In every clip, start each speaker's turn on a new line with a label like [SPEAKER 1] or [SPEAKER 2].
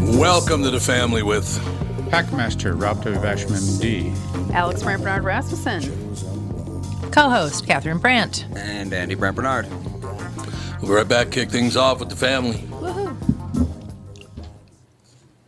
[SPEAKER 1] Welcome to the family with
[SPEAKER 2] Packmaster Rob Toby Basham, MD.
[SPEAKER 3] Alex Brant Bernard Rasmussen.
[SPEAKER 4] Co-host Catherine Brandt.
[SPEAKER 5] And Andy Brant Bernard.
[SPEAKER 1] We'll be right back, kick things off with the family.
[SPEAKER 3] Woohoo!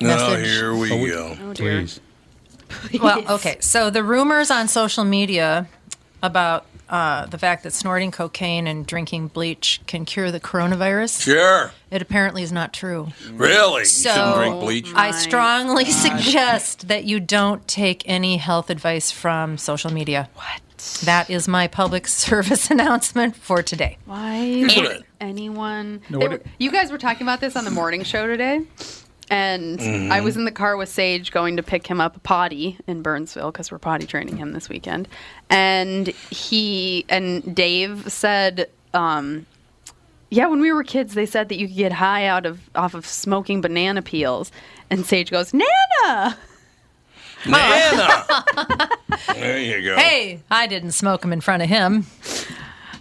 [SPEAKER 1] Now,
[SPEAKER 4] message.
[SPEAKER 1] here we go.
[SPEAKER 3] Oh dear.
[SPEAKER 2] Please.
[SPEAKER 4] Well, okay. So the rumors on social media about uh, the fact that snorting cocaine and drinking bleach can cure the coronavirus,
[SPEAKER 1] Sure.
[SPEAKER 4] it apparently is not true.
[SPEAKER 1] Really? You shouldn't
[SPEAKER 4] Mm-hmm. So-
[SPEAKER 1] drink bleach.
[SPEAKER 4] I strongly suggest that you don't take any health advice from social media. What? That is my public service announcement for today.
[SPEAKER 3] Why would anyone?
[SPEAKER 2] No,
[SPEAKER 3] They
[SPEAKER 2] what
[SPEAKER 3] were-
[SPEAKER 2] it-
[SPEAKER 3] you guys were talking about this on the morning show today, and
[SPEAKER 2] Mm-hmm.
[SPEAKER 3] I was in the car with Sage going to pick him up a potty in Burnsville because we're potty training him this weekend, and he and Dave said. Um, yeah, when we were kids, they said that you could get high out of off of smoking banana peels, and Sage goes, "Nana!"
[SPEAKER 1] Nana! there you go.
[SPEAKER 4] Hey, I didn't smoke them in front of him.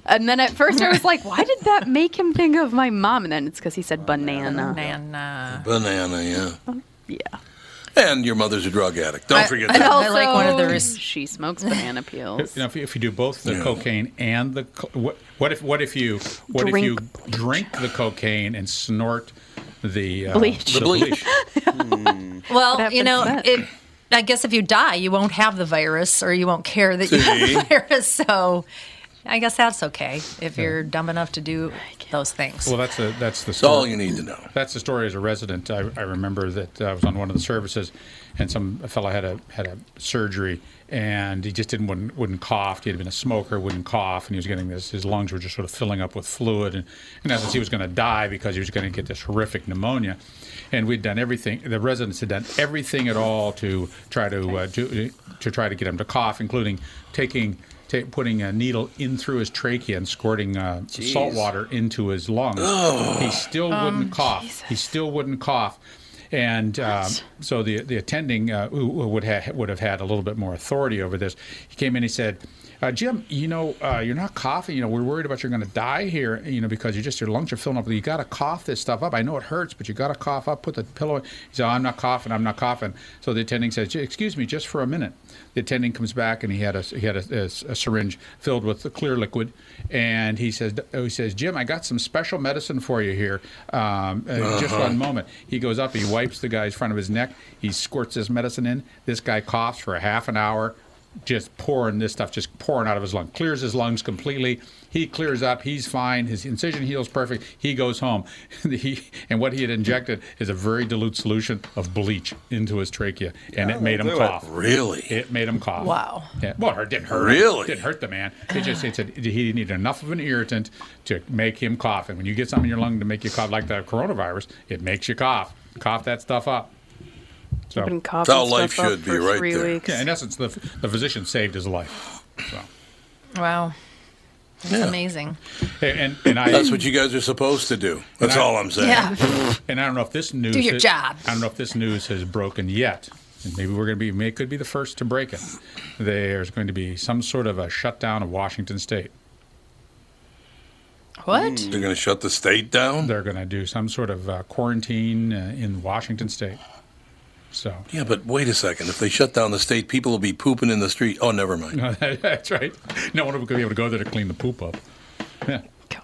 [SPEAKER 3] And then at first, I was like, "Why did that make him think of my mom?" And then it's because he said banana.
[SPEAKER 4] And uh,
[SPEAKER 1] Banana, yeah.
[SPEAKER 3] Yeah.
[SPEAKER 1] And your mother's a drug addict. Don't forget that.
[SPEAKER 4] I know. I like one of the res-
[SPEAKER 3] she smokes banana peels.
[SPEAKER 2] You know, if you, if you do both the
[SPEAKER 1] Yeah.
[SPEAKER 2] cocaine and the co- what, what if what if you what if
[SPEAKER 3] Drink
[SPEAKER 2] you drink the cocaine and snort the uh,
[SPEAKER 3] Bleach.
[SPEAKER 2] The
[SPEAKER 1] The bleach.
[SPEAKER 2] bleach.
[SPEAKER 4] well,
[SPEAKER 3] What
[SPEAKER 4] you know,
[SPEAKER 3] happens
[SPEAKER 4] it, I guess if you die, you won't have the virus, or you won't care that you
[SPEAKER 1] See?
[SPEAKER 4] have the virus. So, I guess that's okay if you're dumb enough to do those things.
[SPEAKER 2] Well, that's the that's the
[SPEAKER 1] That's all
[SPEAKER 2] story.
[SPEAKER 1] you need to know.
[SPEAKER 2] That's the story as a resident. I, I remember that I was on one of the services, and some a fella had a had a surgery, and he just didn't wouldn't, wouldn't cough. He had been a smoker, wouldn't cough, and he was getting this. His lungs were just sort of filling up with fluid, and in essence, he was going to die because he was going to get this horrific pneumonia. And we'd done everything. The residents had done everything at all to try to uh, to, to try to get him to cough, including taking. ta putting a needle in through his trachea and squirting uh, salt water into his lungs. He still wouldn't cough. He still wouldn't cough. And um, so the the attending uh, who who would ha- would have had a little bit more authority over this. He came in. He said, uh, "Jim, you know, uh, you're not coughing. You know, we're worried about you're going to die here. You know, because you just your lungs are filling up. You got to cough this stuff up. I know it hurts, but you got to cough up. Put the pillow." In. He said, "I'm not coughing. I'm not coughing." So the attending says, "J- "Excuse me, just for a minute." The attending comes back and he had a he had a, a s- a syringe filled with the clear liquid, and he says, oh, "He says, Jim, I got some special medicine for you here. Um, uh, Just
[SPEAKER 5] Uh-huh.
[SPEAKER 2] one moment." He goes up, he wipes the guy's front of his neck, he squirts this medicine in. This guy coughs for a half an hour. just pouring this stuff, just pouring out of his lung. Clears his lungs completely. He clears up. He's fine. His incision heals perfect. He goes home. he, and what he had injected is a very dilute solution of bleach into his trachea, and it made him
[SPEAKER 5] do it.
[SPEAKER 2] cough.
[SPEAKER 1] Really?
[SPEAKER 2] It made him cough.
[SPEAKER 4] Wow.
[SPEAKER 2] Yeah. Well, it didn't hurt.
[SPEAKER 1] Really?
[SPEAKER 2] It didn't hurt the man. It just it's a, he needed enough of an irritant to make him cough. And when you get something in your lung to make you cough, like the coronavirus, it makes you cough. Cough that stuff up. So
[SPEAKER 3] Been
[SPEAKER 2] yeah,
[SPEAKER 3] coughing
[SPEAKER 1] That's how life
[SPEAKER 3] stuff up
[SPEAKER 1] should be
[SPEAKER 3] for
[SPEAKER 1] right
[SPEAKER 3] three
[SPEAKER 1] there.
[SPEAKER 3] Weeks.
[SPEAKER 2] in essence, the the physician saved his life. So
[SPEAKER 4] Wow. That's
[SPEAKER 1] Yeah.
[SPEAKER 4] amazing.
[SPEAKER 2] and and, and I
[SPEAKER 1] That's what you guys are supposed to do. That's
[SPEAKER 2] I-
[SPEAKER 1] all I'm saying.
[SPEAKER 4] Yeah.
[SPEAKER 2] and I don't know if this news
[SPEAKER 4] your
[SPEAKER 2] is-
[SPEAKER 4] job.
[SPEAKER 2] I don't know if this news has broken yet. And maybe we're going to be may could be the first to break it. There's going to be some sort of a shutdown of Washington State.
[SPEAKER 4] What? Oh,
[SPEAKER 1] They're going to shut the state down?
[SPEAKER 2] They're going to do some sort of uh, quarantine uh, in Washington State. So
[SPEAKER 1] Yeah, but wait a second. If they shut down the state, people will be pooping in the street. Oh, never mind.
[SPEAKER 2] that's right. No one will be able to go there to clean the poop up.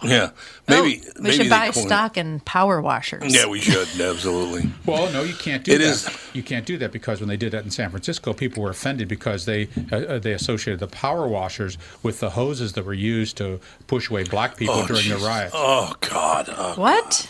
[SPEAKER 1] Yeah. Maybe.
[SPEAKER 4] Oh, we
[SPEAKER 1] maybe
[SPEAKER 4] should
[SPEAKER 1] they
[SPEAKER 4] buy
[SPEAKER 1] coin-
[SPEAKER 4] stock in power washers.
[SPEAKER 1] Yeah, we should. Absolutely.
[SPEAKER 2] Well, no, you can't do
[SPEAKER 1] It
[SPEAKER 2] that.
[SPEAKER 1] is-
[SPEAKER 2] You can't do that because when they did that in San Francisco, people were offended because they uh, uh, they associated the power washers with the hoses that were used to push away black people
[SPEAKER 1] Oh,
[SPEAKER 2] during
[SPEAKER 1] jeez.
[SPEAKER 2] the riots.
[SPEAKER 1] Oh, God. Oh,
[SPEAKER 4] What?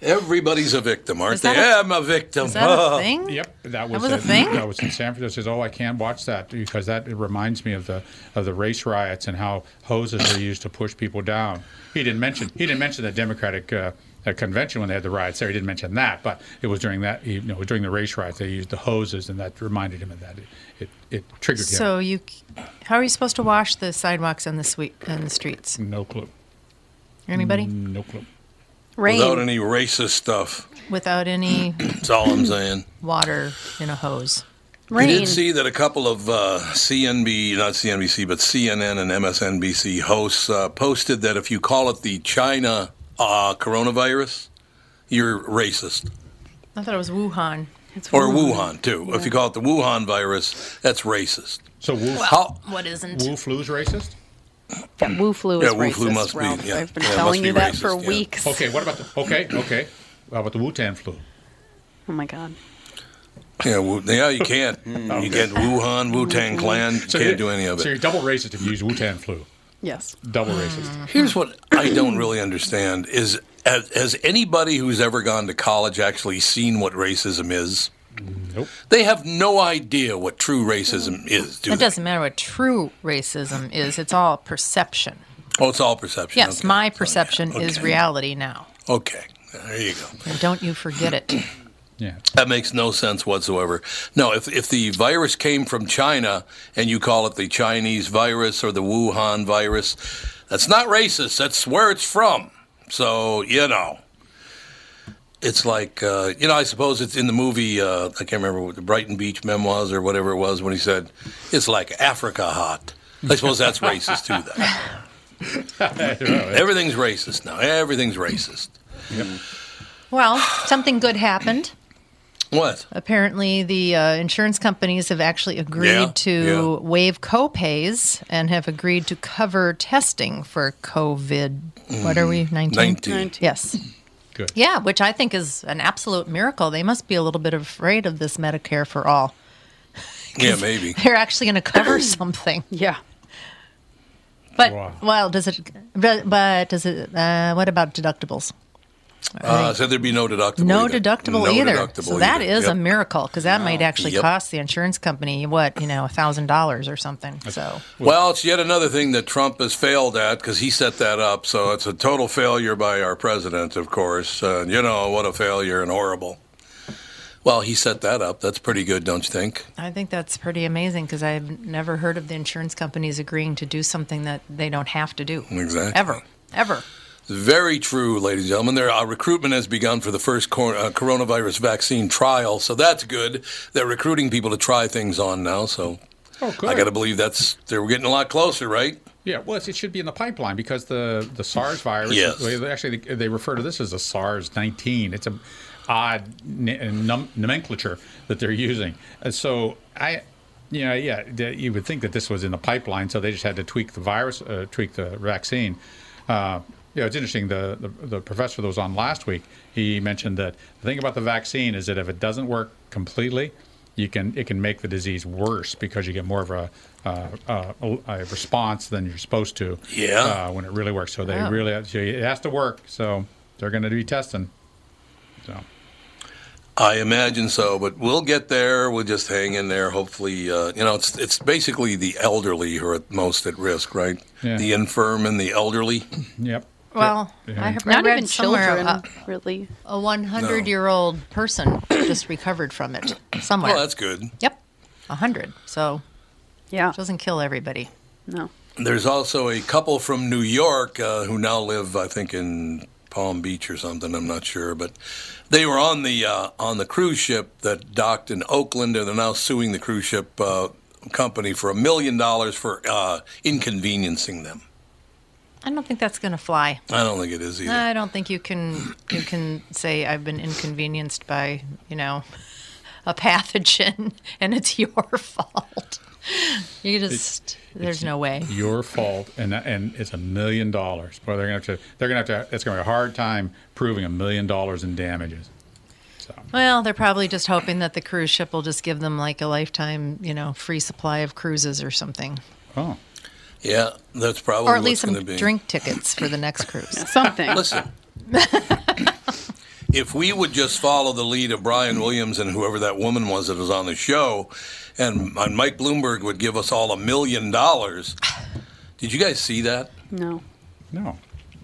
[SPEAKER 1] Everybody's a victim, aren't
[SPEAKER 4] Is
[SPEAKER 1] they?
[SPEAKER 4] that
[SPEAKER 1] i
[SPEAKER 4] a-
[SPEAKER 1] I'm a victim.
[SPEAKER 4] Is that
[SPEAKER 1] Oh.
[SPEAKER 4] a thing?
[SPEAKER 2] Yep, that was,
[SPEAKER 4] was a thing?
[SPEAKER 2] That was in San Francisco. It Says, oh, I can't watch that because that reminds me of the of the race riots and how hoses were used to push people down. He didn't mention he didn't mention the Democratic uh, uh, convention when they had the riots there. He didn't mention that, but it was during that you know it was during the race riots they used the hoses and that reminded him of that. It it, it triggered him.
[SPEAKER 4] So you, how are you supposed to wash the sidewalks and the sweet and the streets?
[SPEAKER 2] no clue,
[SPEAKER 4] Anybody
[SPEAKER 2] no clue.
[SPEAKER 3] Rain.
[SPEAKER 1] Without any racist stuff.
[SPEAKER 4] without any
[SPEAKER 1] That's all I'm saying.
[SPEAKER 4] water in a hose?
[SPEAKER 3] Rain.
[SPEAKER 1] You did see that a couple of uh, CNB, not CNBC, but CNN and MSNBC hosts uh, posted that if you call it the China uh, coronavirus, you're racist.
[SPEAKER 4] I thought it was Wuhan.
[SPEAKER 3] It's
[SPEAKER 1] Or
[SPEAKER 4] Mm.
[SPEAKER 3] warm.
[SPEAKER 1] Wuhan, too. If you call it the Wuhan virus, that's racist.
[SPEAKER 2] So Wu,
[SPEAKER 1] How?
[SPEAKER 4] What isn't?
[SPEAKER 2] Wu flu's racist.
[SPEAKER 3] Yeah, Wu flu is
[SPEAKER 1] Yeah, Wu flu
[SPEAKER 3] racist,
[SPEAKER 1] must be,
[SPEAKER 3] Ralph.
[SPEAKER 1] yeah.
[SPEAKER 3] I've been
[SPEAKER 1] Yeah, it
[SPEAKER 3] telling
[SPEAKER 1] must
[SPEAKER 3] you
[SPEAKER 1] be
[SPEAKER 3] that for
[SPEAKER 1] racist, yeah.
[SPEAKER 3] weeks.
[SPEAKER 2] Okay, what about the okay okay? How about the Wu Tan flu?
[SPEAKER 3] Oh my god.
[SPEAKER 1] Yeah, Wu- yeah you can't. You can't Wuhan, Wu Tang
[SPEAKER 4] Mm-hmm.
[SPEAKER 1] Clan, you
[SPEAKER 2] you're-
[SPEAKER 1] can't do any of
[SPEAKER 2] So
[SPEAKER 1] it.
[SPEAKER 2] you're double racist if you use Wu Tan flu.
[SPEAKER 3] Yes.
[SPEAKER 2] Double racist.
[SPEAKER 4] Mm.
[SPEAKER 1] Here's what I don't really understand is has, has anybody who's ever gone to college actually seen what racism is?
[SPEAKER 2] Nope.
[SPEAKER 1] They have no idea what true racism is, do
[SPEAKER 4] It
[SPEAKER 1] they?
[SPEAKER 4] doesn't matter what true racism is. It's all perception.
[SPEAKER 1] Oh, it's all perception.
[SPEAKER 4] Yes,
[SPEAKER 1] Okay.
[SPEAKER 4] my perception is
[SPEAKER 1] Okay.
[SPEAKER 4] reality now.
[SPEAKER 1] Okay. There you go.
[SPEAKER 4] And don't you forget it.
[SPEAKER 2] Yeah.
[SPEAKER 1] That makes no sense whatsoever. No, if, if the virus came from China and you call it the Chinese virus or the Wuhan virus, that's not racist. That's where it's from. So, you know. It's like, uh, you know, I suppose it's in the movie, uh, I can't remember what the Brighton Beach Memoirs or whatever it was when he said, it's like Africa hot. I suppose that's racist too, then. Everything's racist now. Everything's racist.
[SPEAKER 4] Well, something good happened.
[SPEAKER 1] What?
[SPEAKER 4] Apparently, the uh, insurance companies have actually agreed
[SPEAKER 1] Yeah,
[SPEAKER 4] to
[SPEAKER 1] yeah.
[SPEAKER 4] waive copays and have agreed to cover testing for COVID. What are we,
[SPEAKER 1] Mm,
[SPEAKER 4] 19?
[SPEAKER 1] 19.
[SPEAKER 4] Yes.
[SPEAKER 2] Good.
[SPEAKER 4] Yeah, which I think is an absolute miracle. They must be a little bit afraid of this Medicare for all.
[SPEAKER 1] Yeah, maybe.
[SPEAKER 4] They're actually going to cover something.
[SPEAKER 3] Yeah.
[SPEAKER 4] But,
[SPEAKER 2] Wow.
[SPEAKER 4] well, does it, but, but does it, uh, what about deductibles?
[SPEAKER 1] Uh, so there'd be no deductible.
[SPEAKER 4] No
[SPEAKER 1] either.
[SPEAKER 4] deductible
[SPEAKER 1] No
[SPEAKER 4] either.
[SPEAKER 1] deductible
[SPEAKER 4] so that
[SPEAKER 1] either.
[SPEAKER 4] is
[SPEAKER 1] Yep.
[SPEAKER 4] a miracle because that might actually
[SPEAKER 1] Yep.
[SPEAKER 4] cost the insurance company what you know a thousand dollars or something. So
[SPEAKER 1] Well, it's yet another thing that Trump has failed at because he set that up. So it's a total failure by our president, of course. Uh, you know what a failure and horrible. Well, he set that up. That's pretty good, don't you think?
[SPEAKER 4] I think that's pretty amazing because I've never heard of the insurance companies agreeing to do something that they don't have to do.
[SPEAKER 1] Exactly.
[SPEAKER 4] Ever, ever.
[SPEAKER 1] Very true, ladies and gentlemen. Their uh, recruitment has begun for the first cor- uh, coronavirus vaccine trial, so that's good. They're recruiting people to try things on now, so
[SPEAKER 2] Oh, good.
[SPEAKER 1] I got to believe that's they're getting a lot closer, right?
[SPEAKER 2] Yeah, well, it's- it should be in the pipeline because the the SARS virus.
[SPEAKER 1] Yes.
[SPEAKER 2] well, they Actually, they they refer to this as a SARS nineteen. It's a odd n- num- nomenclature that they're using. And so I, you know, yeah, the- you would think that this was in the pipeline, so they just had to tweak the virus, uh, tweak the vaccine. Uh, yeah, it's interesting. The, the the professor that was on last week, he mentioned that the thing about the vaccine is that if it doesn't work completely, you can it can make the disease worse because you get more of a uh, uh, a, a response than you're supposed to.
[SPEAKER 1] Yeah.
[SPEAKER 2] Uh, when it really works, so they
[SPEAKER 4] Wow.
[SPEAKER 2] really so it has to work. So they're going to be testing. So
[SPEAKER 1] I imagine so, but we'll get there. We'll just hang in there. Hopefully, uh, you know, it's it's basically the elderly who are at most at risk, right?
[SPEAKER 2] Yeah.
[SPEAKER 1] The infirm and the elderly.
[SPEAKER 2] yep.
[SPEAKER 4] Well,
[SPEAKER 2] Yeah.
[SPEAKER 4] I have I
[SPEAKER 3] Not
[SPEAKER 4] read
[SPEAKER 3] even
[SPEAKER 4] somewhere
[SPEAKER 3] children,
[SPEAKER 4] a-
[SPEAKER 3] really.
[SPEAKER 4] a 100 year old person just recovered from it somewhere.
[SPEAKER 1] Well, that's good.
[SPEAKER 4] Yep, 100. So
[SPEAKER 3] Yeah.
[SPEAKER 4] it doesn't kill everybody.
[SPEAKER 3] No.
[SPEAKER 1] There's also a couple from New York uh, who now live, I think, in Palm Beach or something. I'm not sure, but they were on the uh, on the cruise ship that docked in Oakland, and they're now suing the cruise ship uh, company for a million dollars for uh, inconveniencing them.
[SPEAKER 4] I don't think that's going to fly.
[SPEAKER 1] I don't think it is either.
[SPEAKER 4] I don't think you can you can say I've been inconvenienced by you know a pathogen and it's your fault. You just there's no way.
[SPEAKER 2] your fault, and and it's a million dollars. Boy, they're gonna have to. They're gonna have to. It's gonna be a hard time proving a million dollars in damages. So
[SPEAKER 4] Well, they're probably just hoping that the cruise ship will just give them like a lifetime you know free supply of cruises or something,
[SPEAKER 2] oh,
[SPEAKER 1] Yeah, that's probably
[SPEAKER 4] or at least
[SPEAKER 1] what's
[SPEAKER 4] some
[SPEAKER 1] going to be.
[SPEAKER 4] drink tickets for the next cruise.
[SPEAKER 3] Something.
[SPEAKER 1] Listen, if we would just follow the lead of Brian Williams and whoever that woman was that was on the show, and and Mike Bloomberg would give us all a million dollars. Did you guys see that?
[SPEAKER 3] no.
[SPEAKER 2] no.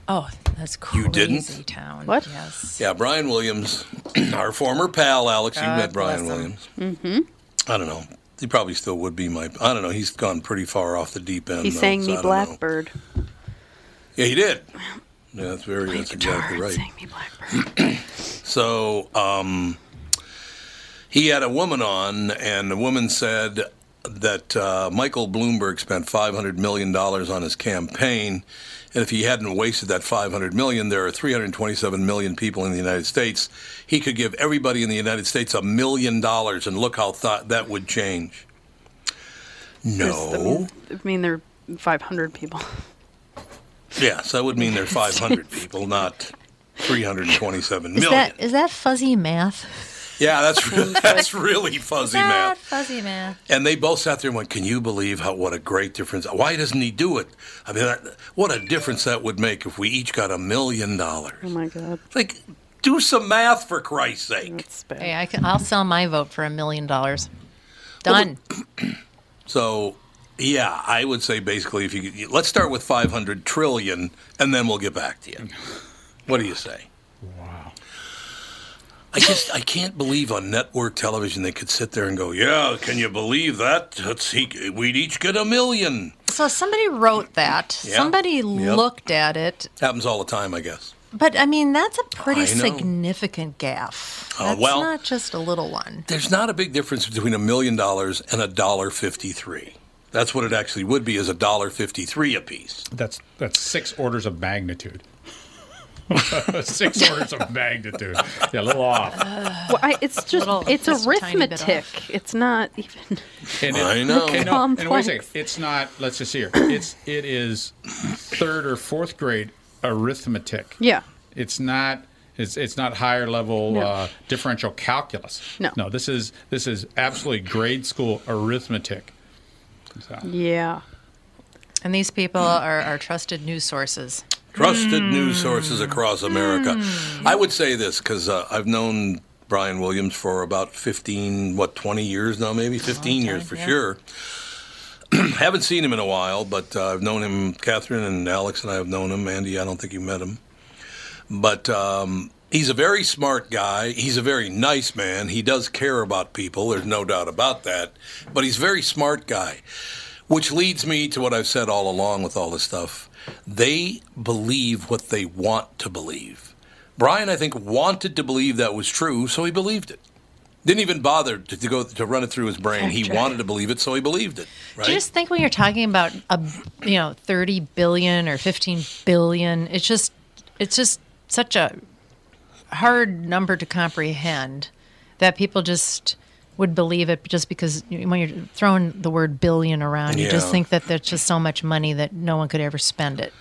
[SPEAKER 4] Oh, that's crazy
[SPEAKER 1] You didn't?
[SPEAKER 4] town.
[SPEAKER 3] What?
[SPEAKER 4] Yes.
[SPEAKER 1] Yeah, Brian Williams, our former pal, Alex. you
[SPEAKER 4] God
[SPEAKER 1] met Brian
[SPEAKER 4] bless him.
[SPEAKER 1] Williams. Mm-hmm. I don't know. He probably still would be my. I don't know. He's gone pretty far off the deep end.
[SPEAKER 3] He
[SPEAKER 1] though,
[SPEAKER 3] sang
[SPEAKER 1] so I don't
[SPEAKER 3] me
[SPEAKER 1] know.
[SPEAKER 3] Blackbird.
[SPEAKER 1] Yeah, he did. Yeah, that's very. That's
[SPEAKER 3] Guitar
[SPEAKER 1] exactly
[SPEAKER 3] and
[SPEAKER 1] right.
[SPEAKER 3] sang me Blackbird.
[SPEAKER 1] So um, he had a woman on, and the woman said that uh, Michael Bloomberg spent $500 million on his campaign. And if he hadn't wasted that 500 million, there are 327 million people in the United States. He could give everybody in the United States a million dollars, and look how th- that would change.
[SPEAKER 3] There's- I
[SPEAKER 1] No.
[SPEAKER 3] mean, I mean, there are 500 people. Oh
[SPEAKER 1] Yes, that would mean there are 500 people, not 327
[SPEAKER 4] Is
[SPEAKER 1] million.
[SPEAKER 4] that is that fuzzy math?
[SPEAKER 1] yeah, that's, re- that's really fuzzy math.
[SPEAKER 4] fuzzy math.
[SPEAKER 1] And they both sat there and went, "Can you believe how what a great difference? Why doesn't he do it? I mean, that, what a difference that would make if we each got a million
[SPEAKER 3] Oh
[SPEAKER 1] dollars.
[SPEAKER 3] my God.
[SPEAKER 1] Like, do some math for Christ's sake."
[SPEAKER 3] That's bad.
[SPEAKER 4] Hey, I can, I'll sell my vote for a million dollars. Done.
[SPEAKER 1] So, yeah, I would say basically, if you could- let's start with five hundred trillion, and then we'll get back to you. What do you say?
[SPEAKER 2] Wow.
[SPEAKER 1] I just I can't believe on network television they could sit there and go, "Yeah, can you believe that? That's he, we'd each get a million.
[SPEAKER 4] so somebody wrote that.
[SPEAKER 1] Yeah.
[SPEAKER 4] Somebody
[SPEAKER 1] Yep.
[SPEAKER 4] looked at it.
[SPEAKER 1] Happens all the time, I guess.
[SPEAKER 4] But I mean, that's a pretty
[SPEAKER 1] I know.
[SPEAKER 4] significant gaffe.
[SPEAKER 1] Uh,
[SPEAKER 4] that's
[SPEAKER 1] well-
[SPEAKER 4] not just a little one.
[SPEAKER 1] there's not a big difference between a million dollars and a dollar fifty-three. That's what it actually would be, is a dollar fifty-three apiece.
[SPEAKER 2] That's that's six orders of magnitude. six orders of magnitude. Yeah, a little off.
[SPEAKER 3] Well, I, it's just,
[SPEAKER 4] Little-
[SPEAKER 3] it's
[SPEAKER 4] just a tiny bit
[SPEAKER 3] arithmetic. It's not even.
[SPEAKER 2] And
[SPEAKER 1] I know.
[SPEAKER 2] Oh, And,
[SPEAKER 3] Complex.
[SPEAKER 2] and wait a second. It's not. Let's just see here. It's it is third or fourth grade arithmetic.
[SPEAKER 3] Yeah.
[SPEAKER 2] It's not. It's it's not higher level
[SPEAKER 3] No.
[SPEAKER 2] uh, differential calculus.
[SPEAKER 3] No.
[SPEAKER 2] No. This is this is absolutely grade school arithmetic. So,
[SPEAKER 3] Yeah.
[SPEAKER 4] And these people are our trusted news sources.
[SPEAKER 1] Trusted
[SPEAKER 4] Hmm.
[SPEAKER 1] news sources across America. I would say this because uh, I've known Brian Williams for about fifteen, what, twenty years now, maybe fifteen
[SPEAKER 4] time,
[SPEAKER 1] years for
[SPEAKER 4] yeah.
[SPEAKER 1] sure. Haven't seen him in a while, but uh, I've known him. Catherine and Alex and I have known him. Andy, I don't think you met him. but um, he's a very smart guy. He's a very nice man. He does care about people. There's no doubt about that. But he's a very smart guy, which leads me to what I've said all along with all this stuff. They believe what they want to believe. Brian, I think, wanted to believe that was true, so he believed it. Didn't even bother to, to go to run it through his brain. He wanted to believe it, so he believed it. Right?
[SPEAKER 4] Do you just think when you're talking about a you know 30 billion or 15 billion, it's just it's just such a hard number to comprehend that people just would believe it just because you- when you're throwing the word billion around, you
[SPEAKER 1] Yeah.
[SPEAKER 4] just think that there's just so much money that no one could ever spend it.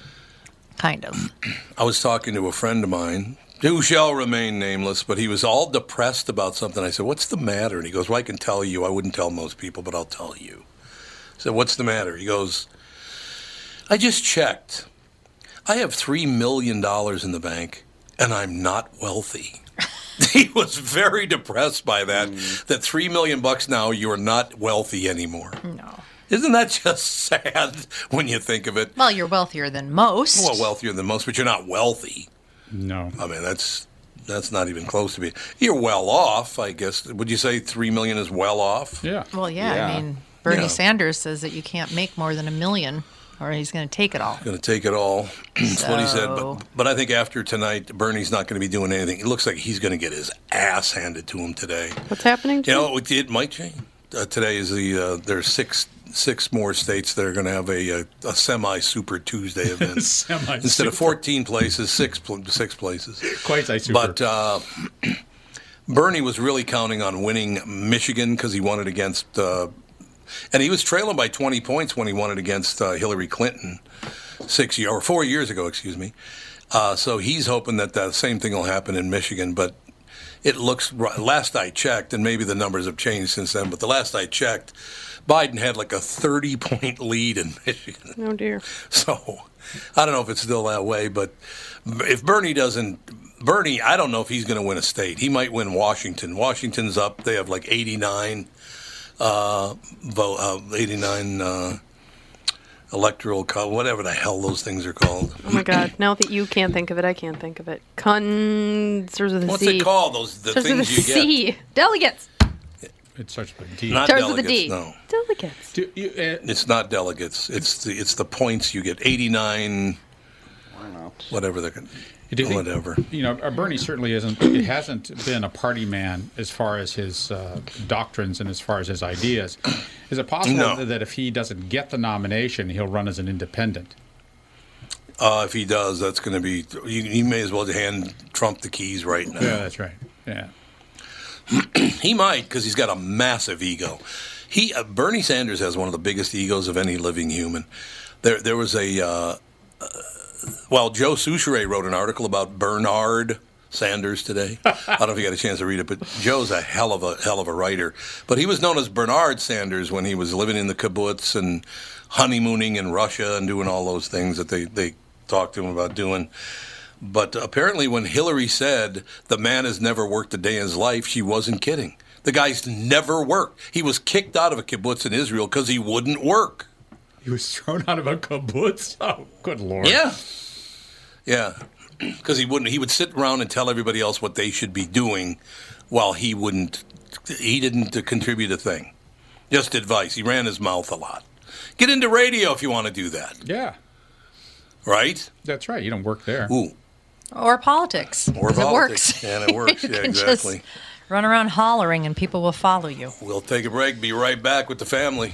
[SPEAKER 4] Kind of.
[SPEAKER 1] I was talking to a friend of mine who shall remain nameless, but he was all depressed about something. I said, What's the matter? And he goes, Well, I can tell you. I wouldn't tell most people, but I'll tell you. I said, What's the matter? He goes, I just checked. I have $3 million in the bank, and I'm not wealthy. he was very depressed by that, that 3 million bucks now, you're not wealthy anymore.
[SPEAKER 4] No.
[SPEAKER 1] Isn't that just sad when you think of it?
[SPEAKER 4] Well, you're wealthier than most.
[SPEAKER 1] Well, wealthier than most, but you're not wealthy.
[SPEAKER 2] No.
[SPEAKER 1] I mean, that's that's not even close to be. You're well off, I guess. Would you say three million is well off?
[SPEAKER 2] Yeah.
[SPEAKER 4] Well, yeah,
[SPEAKER 6] Yeah.
[SPEAKER 4] I mean, Bernie
[SPEAKER 1] Yeah.
[SPEAKER 4] Sanders says that you can't make more than a million or he's going to take it all.
[SPEAKER 1] Going to take it all. That's what he said.
[SPEAKER 4] So-
[SPEAKER 1] But, but I think after tonight, Bernie's not going to be doing anything. It looks like he's going to get his ass handed to him today.
[SPEAKER 3] What's happening? To
[SPEAKER 1] You know, it, it might change. Uh, today is the uh, there's six six more states that are going to have a, a, a semi Super Tuesday event instead of 14 places, six pl- six places.
[SPEAKER 2] Quite a super.
[SPEAKER 1] But uh, Bernie was really counting on winning Michigan because he won it against, uh, and he was trailing by 20 points when he won it against uh, Hillary Clinton six year or four years ago, excuse me. Uh, so he's hoping that the same thing will happen in Michigan, but it looks ri- last I checked, and maybe the numbers have changed since then. But the last I checked, Biden had like a 30 point lead in Michigan.
[SPEAKER 3] Oh dear.
[SPEAKER 1] So I don't know if it's still that way, but if Bernie doesn't, Bernie, I don't know if he's going to win a state. He might win Washington. Washington's up; they have like eighty-nine uh, vote, uh, eighty-nine uh, electoral, co- whatever the hell those things are called.
[SPEAKER 3] Oh my God. Now that you can't think of it, I can't think of it. Con. Starts with a
[SPEAKER 1] What's
[SPEAKER 3] Z.
[SPEAKER 1] it called? Those the
[SPEAKER 3] Starts with a
[SPEAKER 1] things you get.
[SPEAKER 3] C. Delegates.
[SPEAKER 2] it starts with a D.
[SPEAKER 1] Not
[SPEAKER 3] Starts with a
[SPEAKER 1] delegates.
[SPEAKER 3] D.
[SPEAKER 1] No,
[SPEAKER 3] Delegates.
[SPEAKER 2] Do you, uh,
[SPEAKER 1] it's not delegates. It's the it's the points you get. Eighty-nine, whatever they're. con-
[SPEAKER 2] do you think-
[SPEAKER 1] Whatever.
[SPEAKER 2] You know, uh, Bernie certainly isn't. It hasn't been a party man as far as his uh, doctrines and as far as his ideas. Is it possible
[SPEAKER 1] No.
[SPEAKER 2] that if he doesn't get the nomination, he'll run as an independent?
[SPEAKER 1] Uh, if he does, that's going to be. You, you may as well hand Trump the keys right now.
[SPEAKER 2] Yeah, that's right. Yeah.
[SPEAKER 1] He might because he's got a massive ego. He uh, Bernie Sanders has one of the biggest egos of any living human. There there was a uh, uh, well Joe Souchere wrote an article about Bernard Sanders today. I don't know if you got a chance to read it, but Joe's a hell of a hell of a writer. But he was known as Bernard Sanders when he was living in the kibbutz and honeymooning in Russia and doing all those things that they they talked to him about doing. But apparently, when Hillary said the man has never worked a day in his life, she wasn't kidding. The guy's never worked. He was kicked out of a kibbutz in Israel because he wouldn't work.
[SPEAKER 2] He was thrown out of a kibbutz. Oh, good lord.
[SPEAKER 1] Yeah, yeah, because he wouldn't. He would sit around and tell everybody else what they should be doing, while he wouldn't. He didn't contribute a thing. Just advice. He ran his mouth a lot. Get into radio if you want to do that,
[SPEAKER 2] Yeah.
[SPEAKER 1] right?
[SPEAKER 2] That's right. You don't work there.
[SPEAKER 1] Ooh,
[SPEAKER 4] Or politics.
[SPEAKER 1] Or
[SPEAKER 4] 'cause
[SPEAKER 1] politics.
[SPEAKER 4] It works.
[SPEAKER 1] And it works.
[SPEAKER 4] You
[SPEAKER 1] Yeah,
[SPEAKER 4] can just
[SPEAKER 1] exactly.
[SPEAKER 4] run around hollering and people will follow you.
[SPEAKER 1] We'll take a break. Be right back with the family.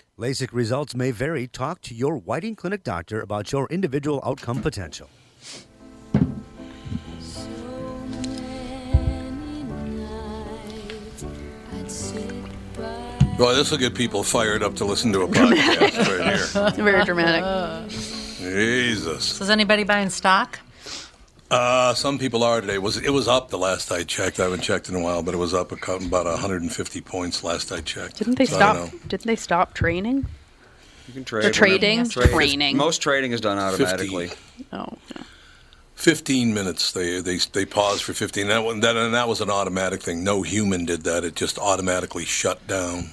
[SPEAKER 7] LASIK results may vary. Talk to your Whiting Clinic doctor about your individual outcome potential.
[SPEAKER 1] Boy, this will get people fired up to listen to a podcast right
[SPEAKER 3] Very
[SPEAKER 4] Uh,
[SPEAKER 3] dramatic.
[SPEAKER 1] here. Jesus.
[SPEAKER 4] So is anybody buying stock?
[SPEAKER 1] Uh, some people are today. Was It was up the last I checked. I haven't checked in a while, but it was up about 150 points last I checked.
[SPEAKER 3] Didn't they
[SPEAKER 1] So I
[SPEAKER 3] stop?
[SPEAKER 1] don't know.
[SPEAKER 3] Didn't they stop training?
[SPEAKER 8] You can trade.
[SPEAKER 3] The
[SPEAKER 8] whatever-
[SPEAKER 3] trading?
[SPEAKER 8] Trade.
[SPEAKER 3] Training.
[SPEAKER 8] Most trading is done automatically.
[SPEAKER 1] 15,
[SPEAKER 3] Oh,
[SPEAKER 1] 15 minutes. They they they paused for 15. That one that and that was an automatic thing. No human did that. It just automatically shut down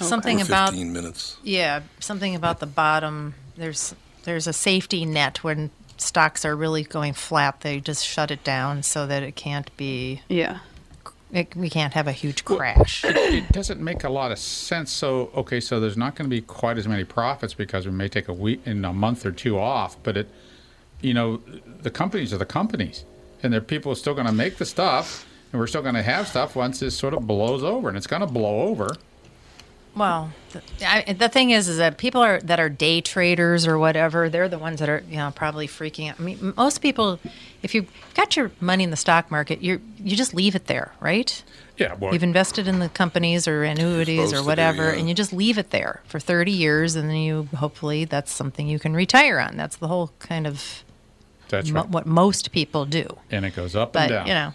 [SPEAKER 4] Something
[SPEAKER 1] for 15
[SPEAKER 4] about
[SPEAKER 1] minutes.
[SPEAKER 4] yeah, something about the bottom. There's there's a safety net when stocks are really going flat. They just shut it down so that it can't be.
[SPEAKER 3] yeah.
[SPEAKER 4] It, we can't have a huge crash.
[SPEAKER 2] it doesn't make a lot of sense. So okay, so there's not going to be quite as many profits because we may take a week in a month or two off. But it, you know, the companies are the companies, and their people are still going to make the stuff, and we're still going to have stuff once this sort of blows over, and it's going to blow over.
[SPEAKER 4] Well, the, I, the thing is, is that people are that are day traders or whatever. They're the ones that are, you know, probably freaking out. I mean, m- most people, if you've got your money in the stock market, you you just leave it there, right?
[SPEAKER 2] Yeah, well,
[SPEAKER 4] You've invested in the companies or annuities
[SPEAKER 1] supposed to
[SPEAKER 4] or
[SPEAKER 1] be,
[SPEAKER 4] whatever,
[SPEAKER 1] yeah.
[SPEAKER 4] and you just leave it there for 30 years, and then you hopefully that's something you can retire on. That's the whole kind of
[SPEAKER 2] that's
[SPEAKER 4] mo-
[SPEAKER 2] right.
[SPEAKER 4] what most people do
[SPEAKER 2] And it goes up and
[SPEAKER 4] but
[SPEAKER 2] down.
[SPEAKER 4] you know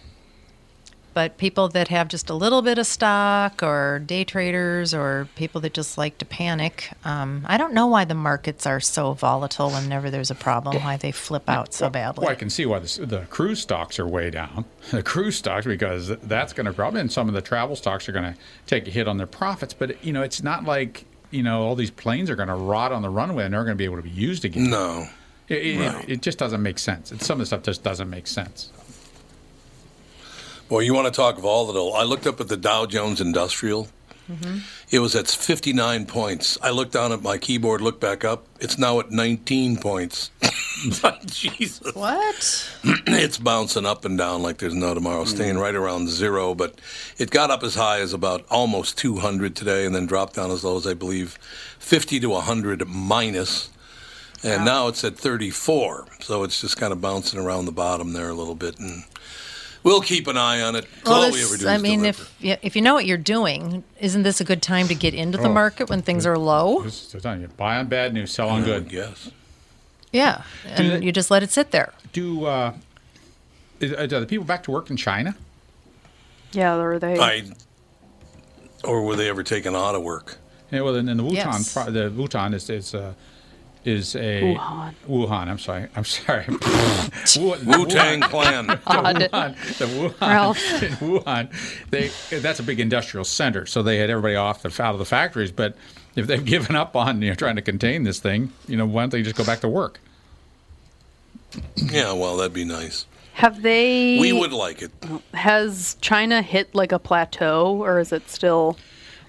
[SPEAKER 4] but people that have just a little bit of stock or day traders or people that just like to panic um, i don't know why the markets are so volatile whenever there's a problem why they flip out so badly
[SPEAKER 2] Well, I can see why the, the cruise stocks are way down. The cruise stocks, because that's going to probably, and some of the travel stocks are going to take a hit on their profits. But you know, it's not like you know all these planes are going to rot on the runway and they're going to be able to be used again.
[SPEAKER 1] No.
[SPEAKER 2] It, it,
[SPEAKER 1] Mm. Right.
[SPEAKER 2] it just doesn't make sense. It's, some of the stuff just doesn't make sense.
[SPEAKER 1] Well, you want to talk volatile. I looked up at the Dow Jones Industrial. It was at 59 points. I looked down at my keyboard, looked back up. It's now at 19 points. Like, Jesus.
[SPEAKER 4] what
[SPEAKER 1] It's bouncing up and down like there's no tomorrow, staying right around zero. But it got up as high as about almost 200 today and then dropped down as low as, I believe, 50 to 100 minus. And now it's at 34. So it's just kind of bouncing around the bottom there a little bit. And we'll keep an eye on it. It's all we
[SPEAKER 4] this-
[SPEAKER 1] ever do
[SPEAKER 4] i
[SPEAKER 1] is
[SPEAKER 4] mean
[SPEAKER 1] deliver.
[SPEAKER 4] if, yeah, if you know what you're doing isn't this a good time to get into the
[SPEAKER 2] Oh.
[SPEAKER 4] market when things are low
[SPEAKER 2] This is the time. You buy on bad news, sell on good.
[SPEAKER 1] Yes.
[SPEAKER 4] yeah and
[SPEAKER 2] that-
[SPEAKER 4] you just let it sit there
[SPEAKER 2] Do uh, is- are the people back to work in China?
[SPEAKER 3] Yeah, or they.
[SPEAKER 1] I or were they ever taken out of work?
[SPEAKER 2] Yeah, well, then in the Wuhan,
[SPEAKER 4] Yes.
[SPEAKER 2] pro- the Wuhan is is uh, is a
[SPEAKER 3] Wuhan.
[SPEAKER 2] Wuhan. I'm sorry. I'm sorry. Wu-
[SPEAKER 1] Wu Tang Clan.
[SPEAKER 3] Odd.
[SPEAKER 2] Wuhan, the Wuhan,
[SPEAKER 3] Ralph.
[SPEAKER 2] in Wuhan, they that's a big industrial center, so they had everybody off the out of the factories. But if they've given up on you know trying to contain this thing, you know why don't they just go back to work?
[SPEAKER 1] Yeah, well, that'd be nice.
[SPEAKER 3] Have they?
[SPEAKER 1] We would like it.
[SPEAKER 3] Has China hit like a plateau, or is it still?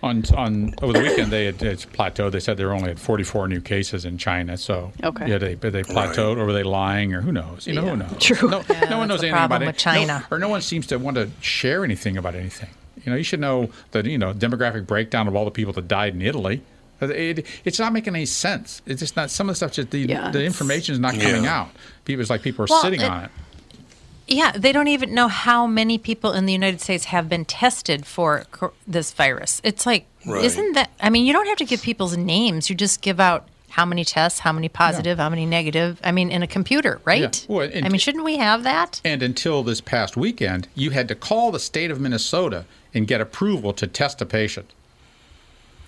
[SPEAKER 2] On on over the weekend they had it's plateaued. They said they were only at 44 new cases in China. So
[SPEAKER 3] Okay.
[SPEAKER 2] yeah, they but they plateaued or were they lying or who knows? You know who knows?
[SPEAKER 3] True.
[SPEAKER 2] No, no one knows
[SPEAKER 4] that's the
[SPEAKER 2] anything about
[SPEAKER 4] problem
[SPEAKER 2] it.
[SPEAKER 4] with China.
[SPEAKER 2] No, or no one seems to want to share anything about anything. You know, you should know the you know demographic breakdown of all the people that died in Italy. It, it's not making any sense. It's just not some of the stuff. Just the
[SPEAKER 3] Yeah,
[SPEAKER 2] the
[SPEAKER 3] it's-
[SPEAKER 2] information is not coming
[SPEAKER 1] Yeah.
[SPEAKER 2] out. People, it's like people are
[SPEAKER 4] Well,
[SPEAKER 2] sitting
[SPEAKER 4] it-
[SPEAKER 2] on it.
[SPEAKER 4] Yeah, they don't even know how many people in the United States have been tested for cor- this virus. It's like,
[SPEAKER 1] Right.
[SPEAKER 4] isn't that? I mean, you don't have to give people's names. You just give out how many tests, how many positive, how many negative. I mean, in a computer, right?
[SPEAKER 2] Well, and-
[SPEAKER 4] I mean, shouldn't we have that?
[SPEAKER 2] And until this past weekend, you had to call the state of Minnesota and get approval to test a patient.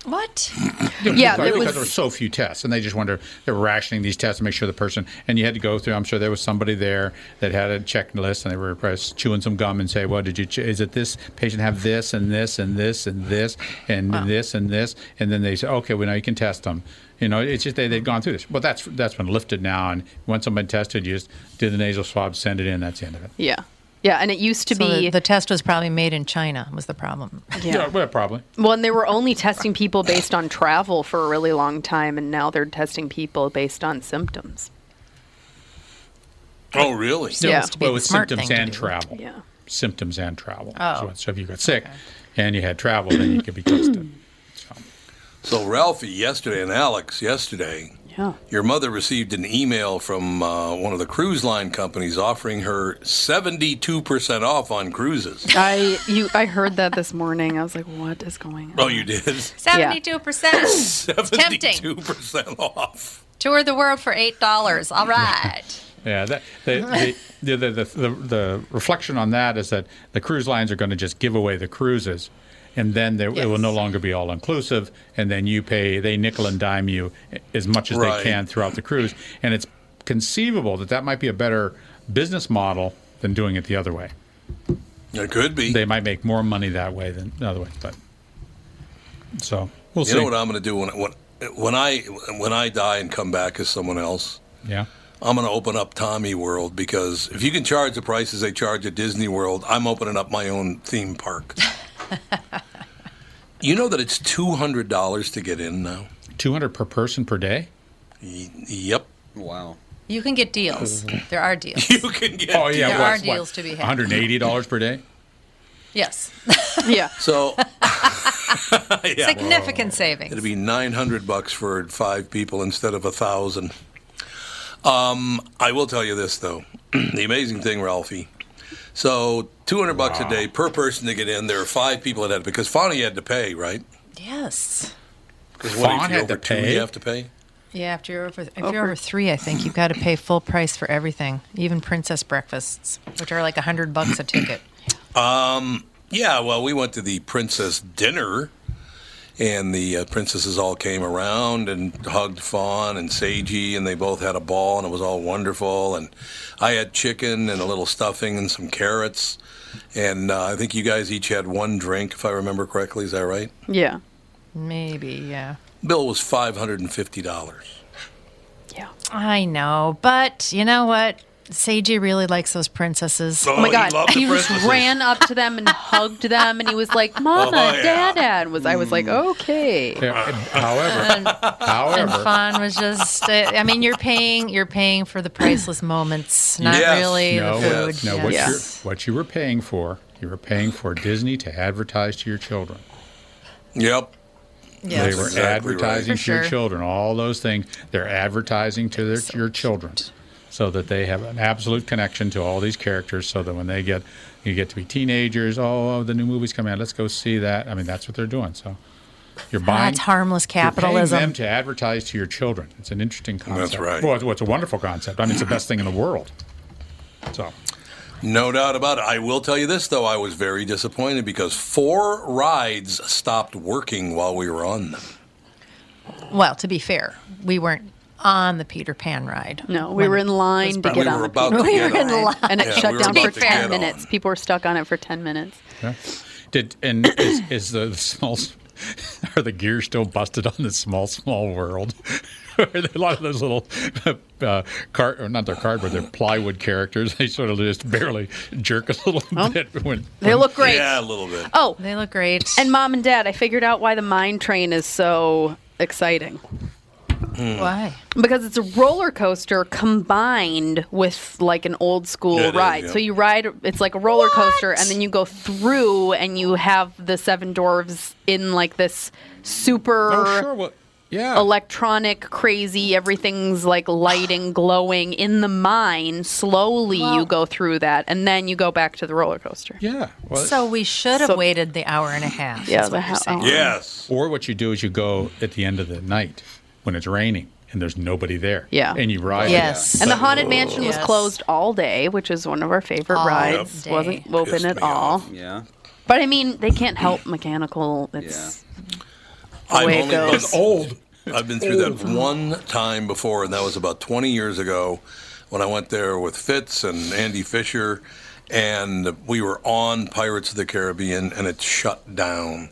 [SPEAKER 4] What?
[SPEAKER 3] Yeah,
[SPEAKER 2] Because
[SPEAKER 3] it
[SPEAKER 2] there were
[SPEAKER 3] was.
[SPEAKER 2] so few tests, and they just wonder they were rationing these tests to make sure the person. And you had to go through. I'm sure there was somebody there that had a checklist, and they were press, chewing some gum and say, "Well, did you? Ch- is it this patient have this and this and this and this and this and this?" And then they say, "Okay, well now you can test them." You know, it's just they they've gone through this. Well, that's that's been lifted now, and once someone tested, you just did the nasal swab, send it in. That's the end of it.
[SPEAKER 3] Yeah. Yeah, and it used to
[SPEAKER 4] So the,
[SPEAKER 3] be
[SPEAKER 4] the test was probably made in China. Was the problem?
[SPEAKER 3] yeah.
[SPEAKER 2] well, probably.
[SPEAKER 3] Well, and they were only testing people based on travel for a really long time, and now they're testing people based on symptoms.
[SPEAKER 1] Oh, really?
[SPEAKER 4] It
[SPEAKER 3] Yeah.
[SPEAKER 4] was to be
[SPEAKER 2] Well,
[SPEAKER 4] the
[SPEAKER 2] with
[SPEAKER 4] smart
[SPEAKER 2] symptoms
[SPEAKER 4] thing to
[SPEAKER 2] and
[SPEAKER 4] do.
[SPEAKER 2] travel.
[SPEAKER 3] Yeah.
[SPEAKER 2] Symptoms and travel.
[SPEAKER 4] Oh.
[SPEAKER 2] So, so if you got sick and you had travel, then you could be tested.
[SPEAKER 3] Mm.
[SPEAKER 2] So,
[SPEAKER 1] So Ralphie yesterday and Alex yesterday,
[SPEAKER 3] Yeah.
[SPEAKER 1] your mother received an email from uh, one of the cruise line companies offering her 72% off on cruises.
[SPEAKER 3] I you I heard that this morning. I was like, what is going on?
[SPEAKER 1] Oh, you did?
[SPEAKER 9] Seventy-two percent.
[SPEAKER 1] 72% off.
[SPEAKER 9] Tour the world for eight dollars. All right.
[SPEAKER 2] yeah, that, the, the, the, the, the, the reflection on that is that the cruise lines are going to just give away the cruises. And then they, it will no
[SPEAKER 4] Yes.
[SPEAKER 2] longer be all inclusive, and then you pay. They nickel and dime you as much as
[SPEAKER 1] Right.
[SPEAKER 2] they can throughout the cruise, and it's conceivable that that might be a better business model than doing it the other way.
[SPEAKER 1] It could be.
[SPEAKER 2] they might make more money that way than the other way. But so we'll
[SPEAKER 1] you
[SPEAKER 2] see.
[SPEAKER 1] know what I'm going to do when, when, when, I, when I die and come back as someone else?
[SPEAKER 2] yeah,
[SPEAKER 1] I'm going to open up Tommy World because if you can charge the prices they charge at Disney World, I'm opening up my own theme park. you know that it's $200 to get in now?
[SPEAKER 2] two hundred per person per day.
[SPEAKER 1] Y- yep.
[SPEAKER 8] Wow.
[SPEAKER 9] You can get deals. There are deals.
[SPEAKER 1] You can get
[SPEAKER 2] Oh Mm-hmm. yeah,
[SPEAKER 9] There
[SPEAKER 2] what-
[SPEAKER 9] are
[SPEAKER 2] what,
[SPEAKER 9] deals to be had.
[SPEAKER 2] One hundred eighty dollars per day.
[SPEAKER 9] Yes.
[SPEAKER 3] Yeah.
[SPEAKER 1] So yeah,
[SPEAKER 9] Significant savings.
[SPEAKER 1] it'd be 900 bucks for five people instead of a thousand. Um, I will tell you this though, the amazing thing, Ralphie. So 200 bucks a day per person to get in. There are five people that had it because Fonny had to pay, right?
[SPEAKER 4] Yes.
[SPEAKER 1] Because
[SPEAKER 2] Fawn had to pay?
[SPEAKER 1] you have to pay.
[SPEAKER 4] Yeah. After you're over, if you're over three, I think you've got to pay full price for everything, even princess breakfasts, which are like a hundred bucks a ticket.
[SPEAKER 1] Yeah, well, we went to the princess dinner, and the uh, princesses all came around and hugged Fawn and Seiji, and they both had a ball, and it was all wonderful. And I had chicken and a little stuffing and some carrots, and uh, I think you guys each had one drink, if I remember correctly. Is that right?
[SPEAKER 3] Yeah.
[SPEAKER 4] Maybe. Yeah.
[SPEAKER 1] Bill was five hundred and fifty dollars.
[SPEAKER 3] Yeah.
[SPEAKER 4] I know, but you know what? Seiji really likes those princesses.
[SPEAKER 3] Oh my God!
[SPEAKER 1] loved the
[SPEAKER 3] He, just
[SPEAKER 1] princesses.
[SPEAKER 3] ran up to them and hugged them, and he was like, "Mama,
[SPEAKER 1] Oh, Mm. yeah.
[SPEAKER 3] Dada," and was I was like, "Okay."
[SPEAKER 2] Yeah, however,
[SPEAKER 4] And
[SPEAKER 2] however,
[SPEAKER 4] fun was just. Uh, I mean, you're paying. You're paying for the priceless moments, not
[SPEAKER 1] Yes.
[SPEAKER 4] really
[SPEAKER 2] no,
[SPEAKER 4] the food.
[SPEAKER 2] no. What,
[SPEAKER 3] Yeah.
[SPEAKER 2] you're, what you were paying for, you were paying for Disney to advertise to your children.
[SPEAKER 1] Yep.
[SPEAKER 4] Yes.
[SPEAKER 2] They were
[SPEAKER 1] Exactly right.
[SPEAKER 2] advertising
[SPEAKER 4] For
[SPEAKER 2] to your
[SPEAKER 4] sure.
[SPEAKER 2] children. All those things. They're advertising to their, your children, so that they have an absolute connection to all these characters. So that when they get, you get to be teenagers. Oh, the new movie's coming out. Let's go see that. I mean, that's what they're doing. So you're buying.
[SPEAKER 4] That's harmless
[SPEAKER 2] You're paying
[SPEAKER 4] capitalism.
[SPEAKER 2] them to advertise to your children. It's an interesting concept.
[SPEAKER 1] right.
[SPEAKER 2] Well, it's, well, it's a wonderful concept. I mean, it's the best thing in the world. So
[SPEAKER 1] No doubt about it. I will tell you this, though. I was very disappointed because four rides stopped working while we were on them.
[SPEAKER 4] Well, to be fair, we weren't on the Peter Pan ride.
[SPEAKER 3] No, we
[SPEAKER 4] when
[SPEAKER 3] were
[SPEAKER 4] it
[SPEAKER 3] in
[SPEAKER 4] was
[SPEAKER 3] line to
[SPEAKER 4] brought
[SPEAKER 3] get
[SPEAKER 1] We
[SPEAKER 3] on.
[SPEAKER 1] were
[SPEAKER 3] the
[SPEAKER 1] about
[SPEAKER 3] Peter
[SPEAKER 1] to
[SPEAKER 3] Pan.
[SPEAKER 1] get on.
[SPEAKER 3] and it
[SPEAKER 1] Yeah,
[SPEAKER 3] shut
[SPEAKER 1] we were
[SPEAKER 3] down
[SPEAKER 1] about
[SPEAKER 3] for
[SPEAKER 1] to
[SPEAKER 3] ten
[SPEAKER 1] get
[SPEAKER 3] minutes.
[SPEAKER 1] on.
[SPEAKER 3] People were stuck on it for ten minutes.
[SPEAKER 2] did and is, is the small are the gears still busted on this small small world? Are there a lot of those little uh, card or not their cardboard, they're plywood characters. They sort of just barely jerk a little
[SPEAKER 3] Oh.
[SPEAKER 2] bit when
[SPEAKER 3] They look great.
[SPEAKER 1] Yeah, a little bit.
[SPEAKER 3] Oh,
[SPEAKER 4] They look great.
[SPEAKER 3] and mom and dad, I figured out why the mine train is so exciting.
[SPEAKER 4] why?
[SPEAKER 3] because it's a roller coaster combined with like an old school
[SPEAKER 1] It is,
[SPEAKER 3] ride.
[SPEAKER 1] yeah.
[SPEAKER 3] So you ride it's like a roller coaster and then you go through and you have the seven dwarves in like this super
[SPEAKER 2] Oh sure, well yeah.
[SPEAKER 3] electronic crazy everything's like lighting glowing in the mine. Slowly you go through that and then you go back to the roller coaster.
[SPEAKER 2] yeah. Well,
[SPEAKER 4] So we should have
[SPEAKER 3] So-
[SPEAKER 4] waited the hour and a half.
[SPEAKER 3] Yeah,
[SPEAKER 4] is
[SPEAKER 3] the
[SPEAKER 4] what you're
[SPEAKER 3] ho- oh.
[SPEAKER 4] saying.
[SPEAKER 3] hour.
[SPEAKER 1] Yes.
[SPEAKER 2] Or what you do is you go at the end of the night when it's raining and there's nobody there.
[SPEAKER 3] Yeah.
[SPEAKER 2] And you ride.
[SPEAKER 4] Yes.
[SPEAKER 3] And the haunted mansion was
[SPEAKER 4] Yes.
[SPEAKER 3] closed all day, which is one of our favorite
[SPEAKER 4] All
[SPEAKER 3] rides.
[SPEAKER 4] day.
[SPEAKER 3] Wasn't
[SPEAKER 1] Pissed
[SPEAKER 3] open at
[SPEAKER 1] me
[SPEAKER 3] all.
[SPEAKER 1] off.
[SPEAKER 8] Yeah.
[SPEAKER 3] But I mean, they can't help mechanical. It's
[SPEAKER 1] I've
[SPEAKER 3] way it
[SPEAKER 1] only been
[SPEAKER 3] goes.
[SPEAKER 1] old. I've been through that one time before, and that was about 20 years ago when I went there with Fitz and Andy Fisher, and we were on Pirates of the Caribbean, and it shut down.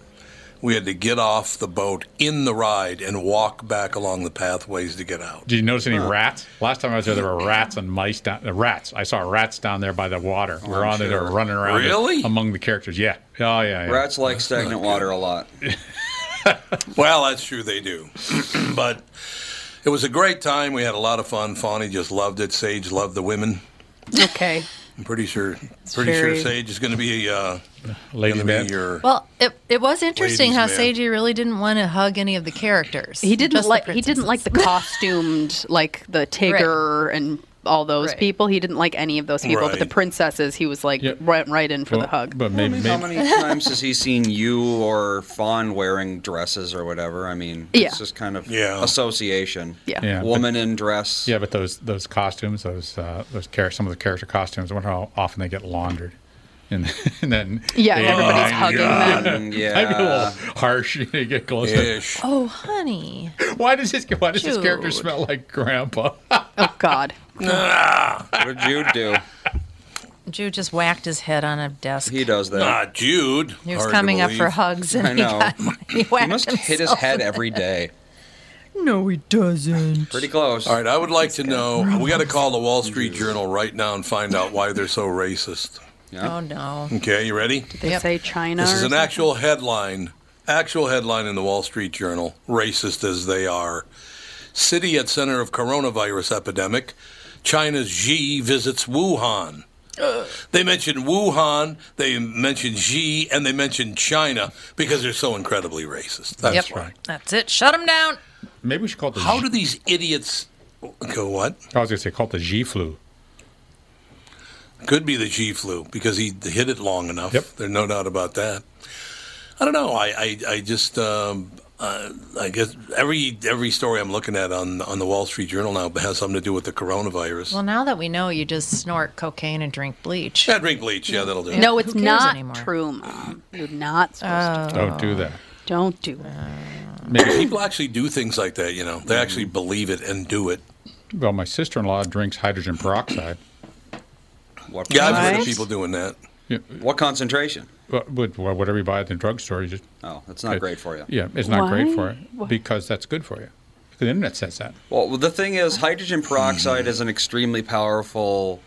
[SPEAKER 1] We had to get off the boat in the ride and walk back along the pathways to get out.
[SPEAKER 2] Did you notice any rats? Last time I was there, there were rats and mice down. Uh, rats. I saw rats down there by the water. we were
[SPEAKER 8] I'm
[SPEAKER 2] on there, they were
[SPEAKER 8] sure.
[SPEAKER 2] running around.
[SPEAKER 1] Really?
[SPEAKER 2] Among the characters, yeah. Oh yeah. yeah.
[SPEAKER 8] Rats like stagnant water a lot.
[SPEAKER 1] Well, that's true, they do. but it was a great time. We had a lot of fun. Fawny just loved it. Sage loved the women.
[SPEAKER 3] Okay.
[SPEAKER 1] I'm pretty sure, pretty sure
[SPEAKER 4] very-
[SPEAKER 1] Sage is going to be uh,
[SPEAKER 2] Lady
[SPEAKER 1] gonna be
[SPEAKER 2] man.
[SPEAKER 1] your.
[SPEAKER 4] Well, it, it was interesting
[SPEAKER 1] Ladies
[SPEAKER 4] how
[SPEAKER 1] man.
[SPEAKER 4] Seiji really didn't want to hug any of the characters.
[SPEAKER 3] He didn't
[SPEAKER 4] just the
[SPEAKER 3] like he didn't
[SPEAKER 4] princesses.
[SPEAKER 3] like the costumed like the Tigger and all those
[SPEAKER 4] Right.
[SPEAKER 3] people. He didn't like any of those people, but the
[SPEAKER 1] Right.
[SPEAKER 3] princesses he was like
[SPEAKER 2] Yep.
[SPEAKER 3] went right in for
[SPEAKER 2] Well,
[SPEAKER 3] the hug.
[SPEAKER 2] But
[SPEAKER 8] I
[SPEAKER 2] maybe,
[SPEAKER 8] mean,
[SPEAKER 2] maybe
[SPEAKER 8] how many times has he seen you or Fawn wearing dresses or whatever? I mean,
[SPEAKER 3] Yeah.
[SPEAKER 8] it's just kind of
[SPEAKER 1] Yeah.
[SPEAKER 8] association.
[SPEAKER 3] Yeah.
[SPEAKER 2] Yeah, but-
[SPEAKER 8] Woman in dress.
[SPEAKER 2] Yeah, but those those costumes, those uh, those char- some of the character costumes. I wonder how often they get laundered, and, and then
[SPEAKER 3] Yeah, and
[SPEAKER 2] they-
[SPEAKER 3] everybody's
[SPEAKER 2] Oh,
[SPEAKER 3] hugging
[SPEAKER 2] God. Might
[SPEAKER 3] them.
[SPEAKER 8] Mm,
[SPEAKER 2] be a
[SPEAKER 8] yeah.
[SPEAKER 2] little harsh. You get close.
[SPEAKER 1] Ish.
[SPEAKER 4] Oh, honey.
[SPEAKER 2] Why does this Why does this character
[SPEAKER 4] Dude.
[SPEAKER 2] smell like Grandpa?
[SPEAKER 3] Oh God.
[SPEAKER 1] Nah,
[SPEAKER 8] What did you do?
[SPEAKER 4] Jude just whacked his head on a desk.
[SPEAKER 8] He does that.
[SPEAKER 1] nah, Jude.
[SPEAKER 4] He was
[SPEAKER 1] Hard to
[SPEAKER 4] coming up for
[SPEAKER 1] believe.
[SPEAKER 4] hugs, and
[SPEAKER 8] I
[SPEAKER 4] he
[SPEAKER 8] know.
[SPEAKER 4] got he whacked
[SPEAKER 8] He must hit his
[SPEAKER 4] himself.
[SPEAKER 8] head every day.
[SPEAKER 4] No, he doesn't.
[SPEAKER 8] Pretty close.
[SPEAKER 1] All right, I would like to know. We got to call the Wall Street Journal right now and find out why they're so racist.
[SPEAKER 8] Yeah.
[SPEAKER 4] Oh no.
[SPEAKER 1] Okay, you ready?
[SPEAKER 3] They
[SPEAKER 4] Yep.
[SPEAKER 3] say China.
[SPEAKER 1] This is
[SPEAKER 3] or
[SPEAKER 1] an
[SPEAKER 3] something.
[SPEAKER 1] actual headline. Actual headline in the Wall Street Journal. Racist as they are, city at center of coronavirus epidemic. China's Xi visits Wuhan. They mentioned Wuhan, they mentioned Xi, and they mentioned China because they're so incredibly racist. That's
[SPEAKER 4] Yep.
[SPEAKER 1] why.
[SPEAKER 4] That's it. Shut him down.
[SPEAKER 2] Maybe we should call it the.
[SPEAKER 1] How
[SPEAKER 2] G-
[SPEAKER 1] do these idiots go? What
[SPEAKER 2] I was going to say call it the G flu.
[SPEAKER 1] could be the Xi flu because he hit it long enough.
[SPEAKER 2] Yep.
[SPEAKER 1] There's no doubt about that. I don't know. I I, I just um, uh, I guess every every story I'm looking at on on the Wall Street Journal now has something to do with the coronavirus.
[SPEAKER 4] Well, now that we know, you just snort cocaine and drink bleach.
[SPEAKER 1] yeah, drink bleach. Yeah, that'll do.
[SPEAKER 3] No, it's
[SPEAKER 4] cares
[SPEAKER 3] not
[SPEAKER 4] anymore? Uh,
[SPEAKER 3] true, Mom. You're not supposed to.
[SPEAKER 2] Don't do that.
[SPEAKER 3] Don't do it.
[SPEAKER 1] People actually do things like that. You know, they actually believe it and do it.
[SPEAKER 2] Well, my sister-in-law drinks hydrogen peroxide.
[SPEAKER 8] What,
[SPEAKER 1] Yeah, I've heard of
[SPEAKER 3] Right.
[SPEAKER 1] people doing that.
[SPEAKER 8] what concentration?
[SPEAKER 2] Well, with- well, whatever you buy at the drugstore, you just
[SPEAKER 8] Oh, that's not great for you.
[SPEAKER 2] yeah, it's not great
[SPEAKER 3] Why?
[SPEAKER 2] for it because that's good for you. The internet says that.
[SPEAKER 8] Well, the thing is, hydrogen peroxide is an extremely powerful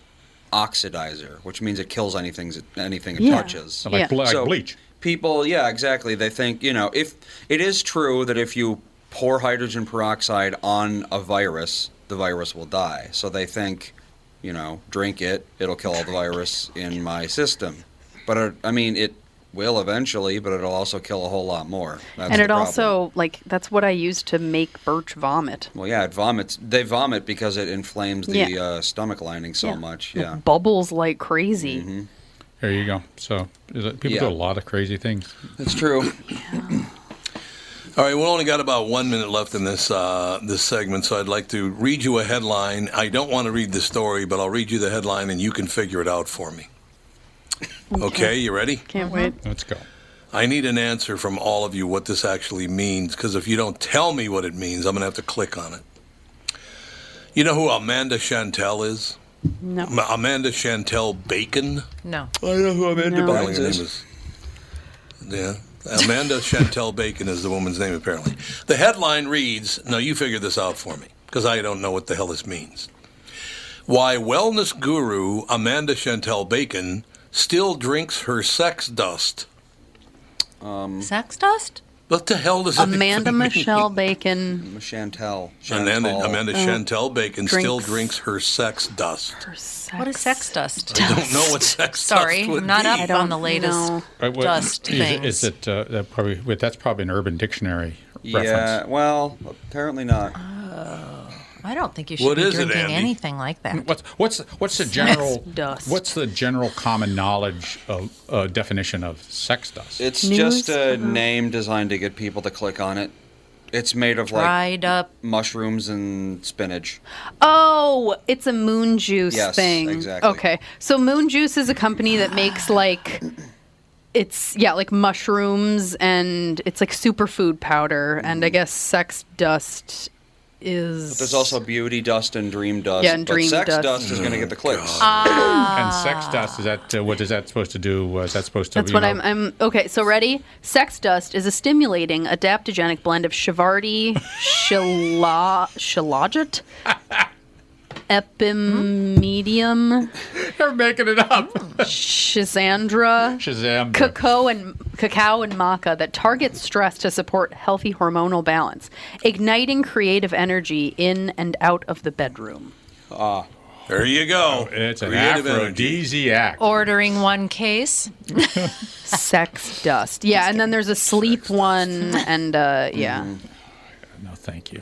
[SPEAKER 8] oxidizer, which means it kills anything anything it
[SPEAKER 3] Yeah.
[SPEAKER 8] touches.
[SPEAKER 2] Like,
[SPEAKER 3] Yeah.
[SPEAKER 2] ble- like
[SPEAKER 8] So
[SPEAKER 2] bleach.
[SPEAKER 8] People, yeah, exactly. They think you know if it is true that if you pour hydrogen peroxide on a virus, the virus will die. So they think, you know, drink it, it'll kill all the virus in my system. But it, I mean, it will eventually, but it'll also kill a whole lot more. That's
[SPEAKER 3] And
[SPEAKER 8] the
[SPEAKER 3] it
[SPEAKER 8] problem.
[SPEAKER 3] also like that's what I used to make Birch vomit.
[SPEAKER 8] Well, yeah, it vomits. They vomit because it inflames the
[SPEAKER 3] Yeah.
[SPEAKER 8] uh, stomach lining so
[SPEAKER 3] Yeah.
[SPEAKER 8] much.
[SPEAKER 3] It
[SPEAKER 8] Yeah. Mm-hmm.
[SPEAKER 3] bubbles like crazy.
[SPEAKER 2] There you go. So is it- people
[SPEAKER 8] Yeah.
[SPEAKER 2] do a lot of crazy things.
[SPEAKER 8] That's true.
[SPEAKER 1] All right, we only got about one minute left in this uh, this segment, so I'd like to read you a headline. I don't want to read the story, but I'll read you the headline, and you can figure it out for me. Okay, you ready?
[SPEAKER 3] Can't
[SPEAKER 4] Uh-huh.
[SPEAKER 3] wait.
[SPEAKER 2] Let's go.
[SPEAKER 1] I need an answer from all of you what this actually means, because if you don't tell me what it means, I'm going to have to click on it. You know who Amanda Chantel is?
[SPEAKER 3] No.
[SPEAKER 1] Ma- Amanda Chantel Bacon.
[SPEAKER 4] No.
[SPEAKER 8] I don't know who Amanda
[SPEAKER 3] No.
[SPEAKER 1] Apparently her name is- Yeah. Amanda Chantel Bacon is the woman's name, apparently. The headline reads Now you figure this out for me, because I don't know what the hell this means. Why wellness guru Amanda Chantel Bacon still drinks her sex dust.
[SPEAKER 4] Sex dust?
[SPEAKER 1] What the hell does that
[SPEAKER 3] Amanda
[SPEAKER 1] mean?
[SPEAKER 3] Michelle Bacon
[SPEAKER 8] Chantel.
[SPEAKER 1] Amanda,
[SPEAKER 8] Chantel.
[SPEAKER 1] Amanda Chantel Bacon still
[SPEAKER 3] Drinks.
[SPEAKER 1] drinks her sex dust.
[SPEAKER 3] for sex.
[SPEAKER 4] What is sex dust?
[SPEAKER 1] I don't know what sex
[SPEAKER 4] Sorry,
[SPEAKER 1] dust would
[SPEAKER 4] I'm not
[SPEAKER 1] be.
[SPEAKER 4] up on the latest
[SPEAKER 3] know.
[SPEAKER 2] Right, what-
[SPEAKER 4] dust
[SPEAKER 2] is, it-
[SPEAKER 4] things.
[SPEAKER 2] Is it uh, that probably? Wait, that's probably an Urban Dictionary
[SPEAKER 8] Yeah.
[SPEAKER 2] reference.
[SPEAKER 8] Well, apparently not.
[SPEAKER 3] Uh,
[SPEAKER 4] I don't think you should
[SPEAKER 1] What
[SPEAKER 4] be
[SPEAKER 1] is it,
[SPEAKER 4] drinking
[SPEAKER 1] Andy?
[SPEAKER 4] anything like that.
[SPEAKER 2] What's what's what's the general
[SPEAKER 3] dust.
[SPEAKER 2] what's the general common knowledge of, uh, definition of sex dust?
[SPEAKER 8] It's
[SPEAKER 3] News
[SPEAKER 8] just a
[SPEAKER 3] about-
[SPEAKER 8] name designed to get people to click on it. It's made of like
[SPEAKER 4] Dried up.
[SPEAKER 8] mushrooms and spinach.
[SPEAKER 3] Oh, it's a moon juice
[SPEAKER 8] Yes,
[SPEAKER 3] thing.
[SPEAKER 8] exactly.
[SPEAKER 3] Okay. So moon juice is a company that makes like it's yeah, like mushrooms and it's like superfood powder and I guess sex dust is.
[SPEAKER 8] Mm-hmm. But there's also beauty dust and dream dust.
[SPEAKER 3] Yeah, and
[SPEAKER 8] but
[SPEAKER 3] dream
[SPEAKER 8] sex dust,
[SPEAKER 3] dust.
[SPEAKER 8] is going to get the clicks.
[SPEAKER 2] and sex dust is that uh, what is that supposed to do? Uh, is that supposed to?
[SPEAKER 3] Ah. That's
[SPEAKER 2] you
[SPEAKER 3] what
[SPEAKER 2] know-
[SPEAKER 3] I'm, I'm. Okay, so ready? Sex dust is a stimulating adaptogenic blend of Shivardi, Shila, Shilajit, Epimedium,
[SPEAKER 2] You're making it up.
[SPEAKER 3] Shisandra,
[SPEAKER 2] Shazam!
[SPEAKER 3] Cacao and cacao and maca that target stress to support healthy hormonal balance, igniting creative energy in and out of the bedroom.
[SPEAKER 1] There you go.
[SPEAKER 2] Oh, it's an
[SPEAKER 1] Creative energy.
[SPEAKER 2] aphrodisiac.
[SPEAKER 4] Ordering one case.
[SPEAKER 3] Sex dust. Yeah, and then there's a sleep one, and uh, yeah.
[SPEAKER 2] No, thank you.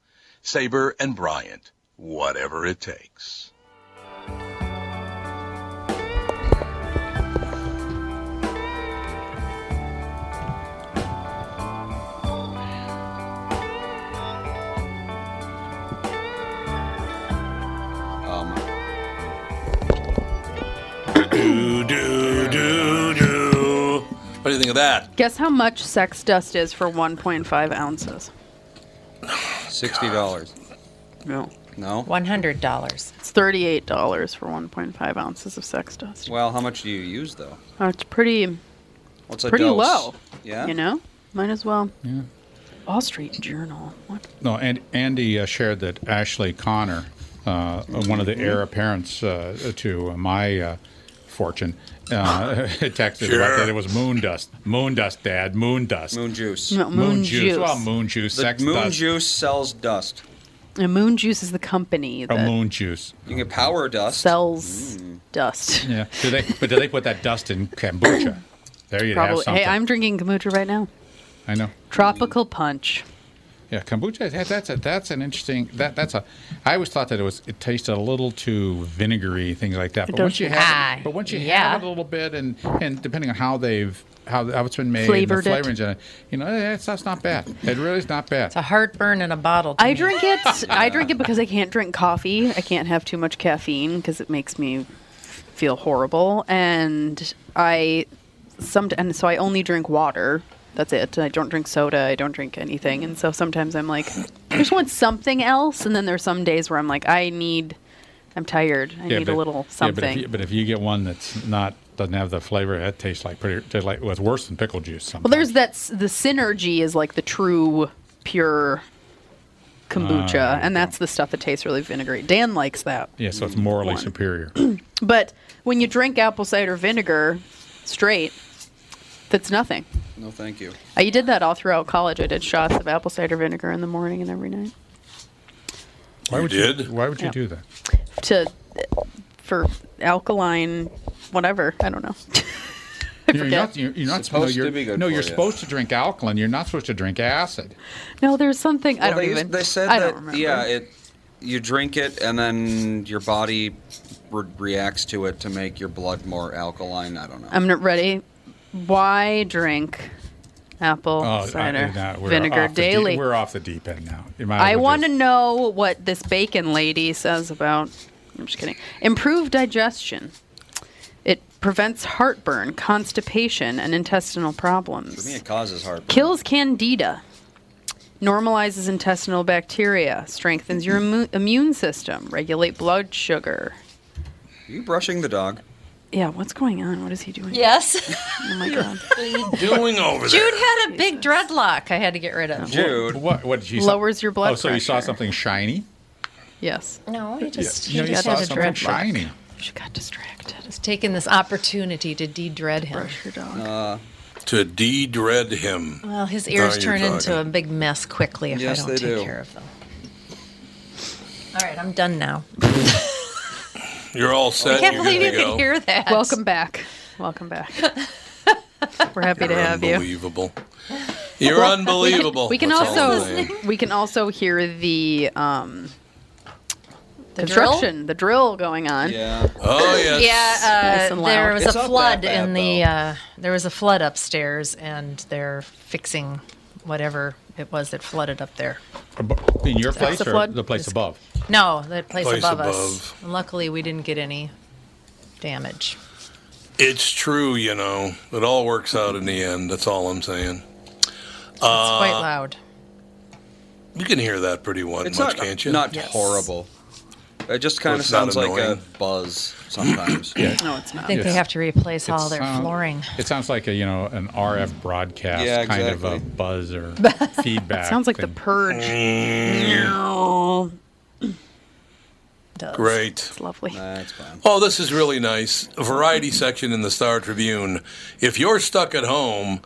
[SPEAKER 1] Sabre and Bryant, whatever it takes.
[SPEAKER 8] Um,
[SPEAKER 1] Do, do, do, do. What do you think of that?
[SPEAKER 3] Guess how much sex dust is for 1.5 ounces?
[SPEAKER 8] sixty dollars.
[SPEAKER 3] No.
[SPEAKER 8] No.
[SPEAKER 4] One hundred dollars.
[SPEAKER 3] It's thirty-eight dollars for one point five ounces of sex dust.
[SPEAKER 8] Well, how much do you use though?
[SPEAKER 3] Oh, it's pretty,
[SPEAKER 8] What's a
[SPEAKER 3] pretty
[SPEAKER 8] dose?
[SPEAKER 3] low.
[SPEAKER 8] Yeah.
[SPEAKER 3] You know, might as well. Yeah. Wall Street Journal. What?
[SPEAKER 2] No, and Andy uh, shared that Ashley Connor, uh, one of the
[SPEAKER 3] Mm-hmm.
[SPEAKER 2] heir apparents uh, to my uh, fortune, uh, texted about that it was moon dust, moon dust, Dad, moon dust,
[SPEAKER 8] Moon juice.
[SPEAKER 3] No, moon, juice.
[SPEAKER 2] Well, moon juice,
[SPEAKER 8] The
[SPEAKER 2] sex
[SPEAKER 8] moon
[SPEAKER 2] dust,
[SPEAKER 8] juice sells dust.
[SPEAKER 3] and moon juice is the company
[SPEAKER 2] or
[SPEAKER 3] that
[SPEAKER 2] Oh, moon juice.
[SPEAKER 8] You can get power dust.
[SPEAKER 3] sells dust.
[SPEAKER 2] Yeah. Do they? But do they put that dust in kombucha? There you have
[SPEAKER 3] Probably.
[SPEAKER 2] something.
[SPEAKER 3] Hey, I'm drinking kombucha right now.
[SPEAKER 2] I know.
[SPEAKER 3] Tropical punch.
[SPEAKER 2] Yeah, kombucha. that- That's a, that's an interesting. That that's a. I always thought that it was. It tasted a little too vinegary, things like that. But
[SPEAKER 3] Don't
[SPEAKER 2] once you
[SPEAKER 3] you-
[SPEAKER 2] have,
[SPEAKER 4] Ah,
[SPEAKER 2] it, but once you
[SPEAKER 4] yeah.
[SPEAKER 2] have it a little bit, and and depending on how they've how, how it's been made,
[SPEAKER 3] Flavored it.
[SPEAKER 2] and the flavorings in it, you know, that's, that's not bad. It really is not bad.
[SPEAKER 4] It's a heartburn in a bottle. to
[SPEAKER 3] I
[SPEAKER 4] me.
[SPEAKER 3] drink it. I drink it because I can't drink coffee. I can't have too much caffeine because it makes me feel horrible. And I some and so I only drink water. That's it. I don't drink soda. I don't drink anything. And so sometimes I'm like, I just want something else. And then there's some days where I'm like, I need. I'm tired. I
[SPEAKER 2] Yeah,
[SPEAKER 3] need
[SPEAKER 2] but-
[SPEAKER 3] a little
[SPEAKER 2] Yeah, but, if
[SPEAKER 3] something.
[SPEAKER 2] you, but if you get one that's not doesn't have the flavor, that tastes like pretty. tastes Like well, it's worse than pickle juice.
[SPEAKER 3] well,
[SPEAKER 2] sometimes.
[SPEAKER 3] there's that. s- The synergy is like the true pure kombucha,
[SPEAKER 2] Ah,
[SPEAKER 3] and that's the stuff that tastes really vinegary. Dan likes that.
[SPEAKER 2] yeah, so it's morally
[SPEAKER 3] one.
[SPEAKER 2] superior.
[SPEAKER 3] But when you drink apple cider vinegar straight, that's nothing.
[SPEAKER 8] No, thank you.
[SPEAKER 3] I did that all throughout college. I did shots of apple cider vinegar in the morning and every night
[SPEAKER 2] Why would
[SPEAKER 1] did?
[SPEAKER 2] Why would you
[SPEAKER 3] Yeah.
[SPEAKER 2] do that?
[SPEAKER 3] to for alkaline whatever. I don't know.
[SPEAKER 2] You're
[SPEAKER 3] forget.
[SPEAKER 2] not, you're, you're not
[SPEAKER 8] Supposed
[SPEAKER 2] supposed no, you're,
[SPEAKER 8] to be good
[SPEAKER 2] No,
[SPEAKER 8] for
[SPEAKER 2] you're
[SPEAKER 8] you.
[SPEAKER 2] supposed to drink alkaline. You're not supposed to drink acid.
[SPEAKER 3] no, there's something I
[SPEAKER 8] Well,
[SPEAKER 3] don't
[SPEAKER 8] they, used-
[SPEAKER 3] even.
[SPEAKER 8] they said
[SPEAKER 3] I
[SPEAKER 8] that
[SPEAKER 3] don't remember.
[SPEAKER 8] yeah, it you drink it, and then your body re- reacts to it to make your blood more alkaline. I don't know.
[SPEAKER 3] I'm not ready. Why drink apple
[SPEAKER 2] Oh, I-
[SPEAKER 3] cider
[SPEAKER 2] I- no, we're
[SPEAKER 3] vinegar
[SPEAKER 2] off the deep-
[SPEAKER 3] daily?
[SPEAKER 2] we're off the deep end now. You might as
[SPEAKER 3] I
[SPEAKER 2] well
[SPEAKER 3] want to
[SPEAKER 2] just-
[SPEAKER 3] know what this bacon lady says about. I'm just kidding. Improved digestion. It prevents heartburn, constipation, and intestinal
[SPEAKER 8] For me,
[SPEAKER 3] problems.
[SPEAKER 8] it causes heartburn.
[SPEAKER 3] Kills candida. Normalizes intestinal bacteria. Strengthens your immu- immune system. Regulate blood sugar.
[SPEAKER 8] Are you brushing the dog?
[SPEAKER 3] Yeah, what's going on? What is he doing?
[SPEAKER 4] Yes.
[SPEAKER 3] Oh my god.
[SPEAKER 1] Doing over
[SPEAKER 4] Jude had a big dreadlock I had to get rid of.
[SPEAKER 8] Dude.
[SPEAKER 2] What, what did you
[SPEAKER 3] Lowers your blood
[SPEAKER 2] Oh, so you saw
[SPEAKER 3] pressure.
[SPEAKER 2] something shiny?
[SPEAKER 3] Yes.
[SPEAKER 4] No, he just
[SPEAKER 2] You know,
[SPEAKER 4] he
[SPEAKER 2] you
[SPEAKER 4] just
[SPEAKER 2] saw
[SPEAKER 4] had a
[SPEAKER 2] something
[SPEAKER 4] dreadlock.
[SPEAKER 2] shiny.
[SPEAKER 3] She got distracted.
[SPEAKER 4] He's taking this opportunity to de-dread him.
[SPEAKER 3] Brush your dog.
[SPEAKER 1] to de-dread him.
[SPEAKER 4] Well, his
[SPEAKER 1] Now
[SPEAKER 4] ears
[SPEAKER 1] you're
[SPEAKER 4] turn into a
[SPEAKER 1] talking.
[SPEAKER 4] big mess quickly if
[SPEAKER 8] Yes,
[SPEAKER 4] I
[SPEAKER 8] they
[SPEAKER 4] don't take
[SPEAKER 8] do.
[SPEAKER 4] care of them. All right, I'm done now.
[SPEAKER 1] You're all set.
[SPEAKER 4] I can't
[SPEAKER 1] You're
[SPEAKER 4] believe
[SPEAKER 1] good
[SPEAKER 4] you
[SPEAKER 1] to go.
[SPEAKER 4] could hear that.
[SPEAKER 3] Welcome back. Welcome back. We're happy to
[SPEAKER 1] You're
[SPEAKER 3] have you.
[SPEAKER 1] unbelievable. You're unbelievable.
[SPEAKER 3] We can
[SPEAKER 1] That's all I'm
[SPEAKER 3] also
[SPEAKER 1] saying.
[SPEAKER 3] we can also hear the um,
[SPEAKER 4] the drill.
[SPEAKER 3] construction, the drill going on.
[SPEAKER 8] Yeah.
[SPEAKER 1] Oh yes.
[SPEAKER 4] Yeah,
[SPEAKER 3] Nice
[SPEAKER 4] uh,
[SPEAKER 3] and
[SPEAKER 4] there
[SPEAKER 3] loud.
[SPEAKER 4] was
[SPEAKER 8] It's
[SPEAKER 4] a
[SPEAKER 8] not that
[SPEAKER 4] flood
[SPEAKER 8] bad,
[SPEAKER 4] in the
[SPEAKER 8] though.
[SPEAKER 4] uh, there was a flood upstairs, and they're fixing whatever it was that flooded up there.
[SPEAKER 2] Abo- In your place
[SPEAKER 3] the
[SPEAKER 2] or
[SPEAKER 3] flood?
[SPEAKER 2] the place above?
[SPEAKER 4] No, that place,
[SPEAKER 1] Place
[SPEAKER 4] above, us.
[SPEAKER 1] above.
[SPEAKER 4] Luckily, we didn't get any damage.
[SPEAKER 1] It's true, you know. It all works out in the end. That's all I'm saying.
[SPEAKER 4] It's quite loud.
[SPEAKER 1] You can hear that pretty one,
[SPEAKER 8] It's
[SPEAKER 1] much,
[SPEAKER 8] not,
[SPEAKER 1] can't you?
[SPEAKER 8] not
[SPEAKER 4] Yes.
[SPEAKER 8] horrible. It just kind of
[SPEAKER 1] it's not
[SPEAKER 8] sounds like a
[SPEAKER 1] annoying?
[SPEAKER 8] buzz sometimes.
[SPEAKER 3] No, it's not.
[SPEAKER 4] I think
[SPEAKER 2] Yes.
[SPEAKER 4] they
[SPEAKER 2] uh,
[SPEAKER 4] have to replace all
[SPEAKER 2] It
[SPEAKER 4] their
[SPEAKER 2] sound-
[SPEAKER 4] flooring.
[SPEAKER 2] It sounds like a you know an RF broadcast
[SPEAKER 8] Yeah,
[SPEAKER 2] kind of a
[SPEAKER 8] exactly.
[SPEAKER 2] buzz or feedback.
[SPEAKER 3] Sounds like the
[SPEAKER 2] thing.
[SPEAKER 3] purge. Meow.
[SPEAKER 4] Does.
[SPEAKER 1] Great.
[SPEAKER 3] It's lovely.
[SPEAKER 8] That's fine.
[SPEAKER 1] Oh, this is really nice. A variety section in the Star Tribune. If you're stuck at home,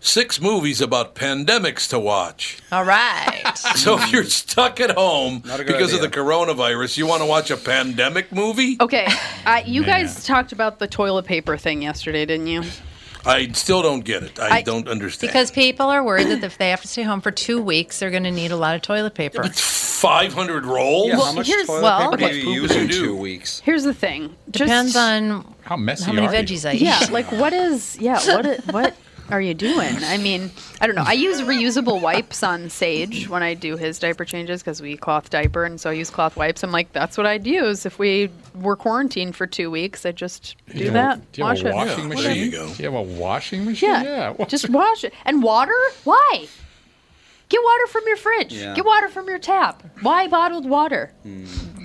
[SPEAKER 1] six movies about pandemics to watch.
[SPEAKER 4] All right.
[SPEAKER 1] So if you're stuck at home
[SPEAKER 8] Not a good
[SPEAKER 1] because of the
[SPEAKER 8] idea.
[SPEAKER 1] coronavirus, you want to watch a pandemic movie?
[SPEAKER 3] Okay, I, you
[SPEAKER 2] Man.
[SPEAKER 3] guys talked about the toilet paper thing yesterday, didn't you?
[SPEAKER 1] I still don't get it. I,
[SPEAKER 4] I-
[SPEAKER 1] don't understand.
[SPEAKER 4] because people are worried that if they have to stay home for two weeks, they're going to need a lot of toilet paper.
[SPEAKER 1] 500 rolls?
[SPEAKER 8] Yeah,
[SPEAKER 3] Well,
[SPEAKER 8] how much
[SPEAKER 3] here's-
[SPEAKER 8] toilet
[SPEAKER 3] well-
[SPEAKER 8] paper
[SPEAKER 3] Okay.
[SPEAKER 8] do you use in two weeks?
[SPEAKER 3] Here's the thing. Just-
[SPEAKER 4] Depends on
[SPEAKER 2] How messy
[SPEAKER 4] how many
[SPEAKER 2] are you?
[SPEAKER 4] veggies I eat.
[SPEAKER 3] Yeah, like what is? Yeah, what i- what are you doing? I mean, I don't know. I use reusable wipes on Sage when I do his diaper changes because we cloth diaper, and so I use cloth wipes. I'm like, that's what I'd use if we were quarantined for two weeks. I just do
[SPEAKER 2] you have a-
[SPEAKER 3] that.
[SPEAKER 2] do you have
[SPEAKER 3] wash
[SPEAKER 2] a
[SPEAKER 3] it.
[SPEAKER 2] washing
[SPEAKER 1] Yeah,
[SPEAKER 2] machine?
[SPEAKER 1] there you go.
[SPEAKER 2] Do you have a washing machine?
[SPEAKER 3] Yeah,
[SPEAKER 2] What-
[SPEAKER 3] just wash it. And water? Why? Get water from your fridge.
[SPEAKER 8] Yeah.
[SPEAKER 3] Get water from your tap. Why bottled water?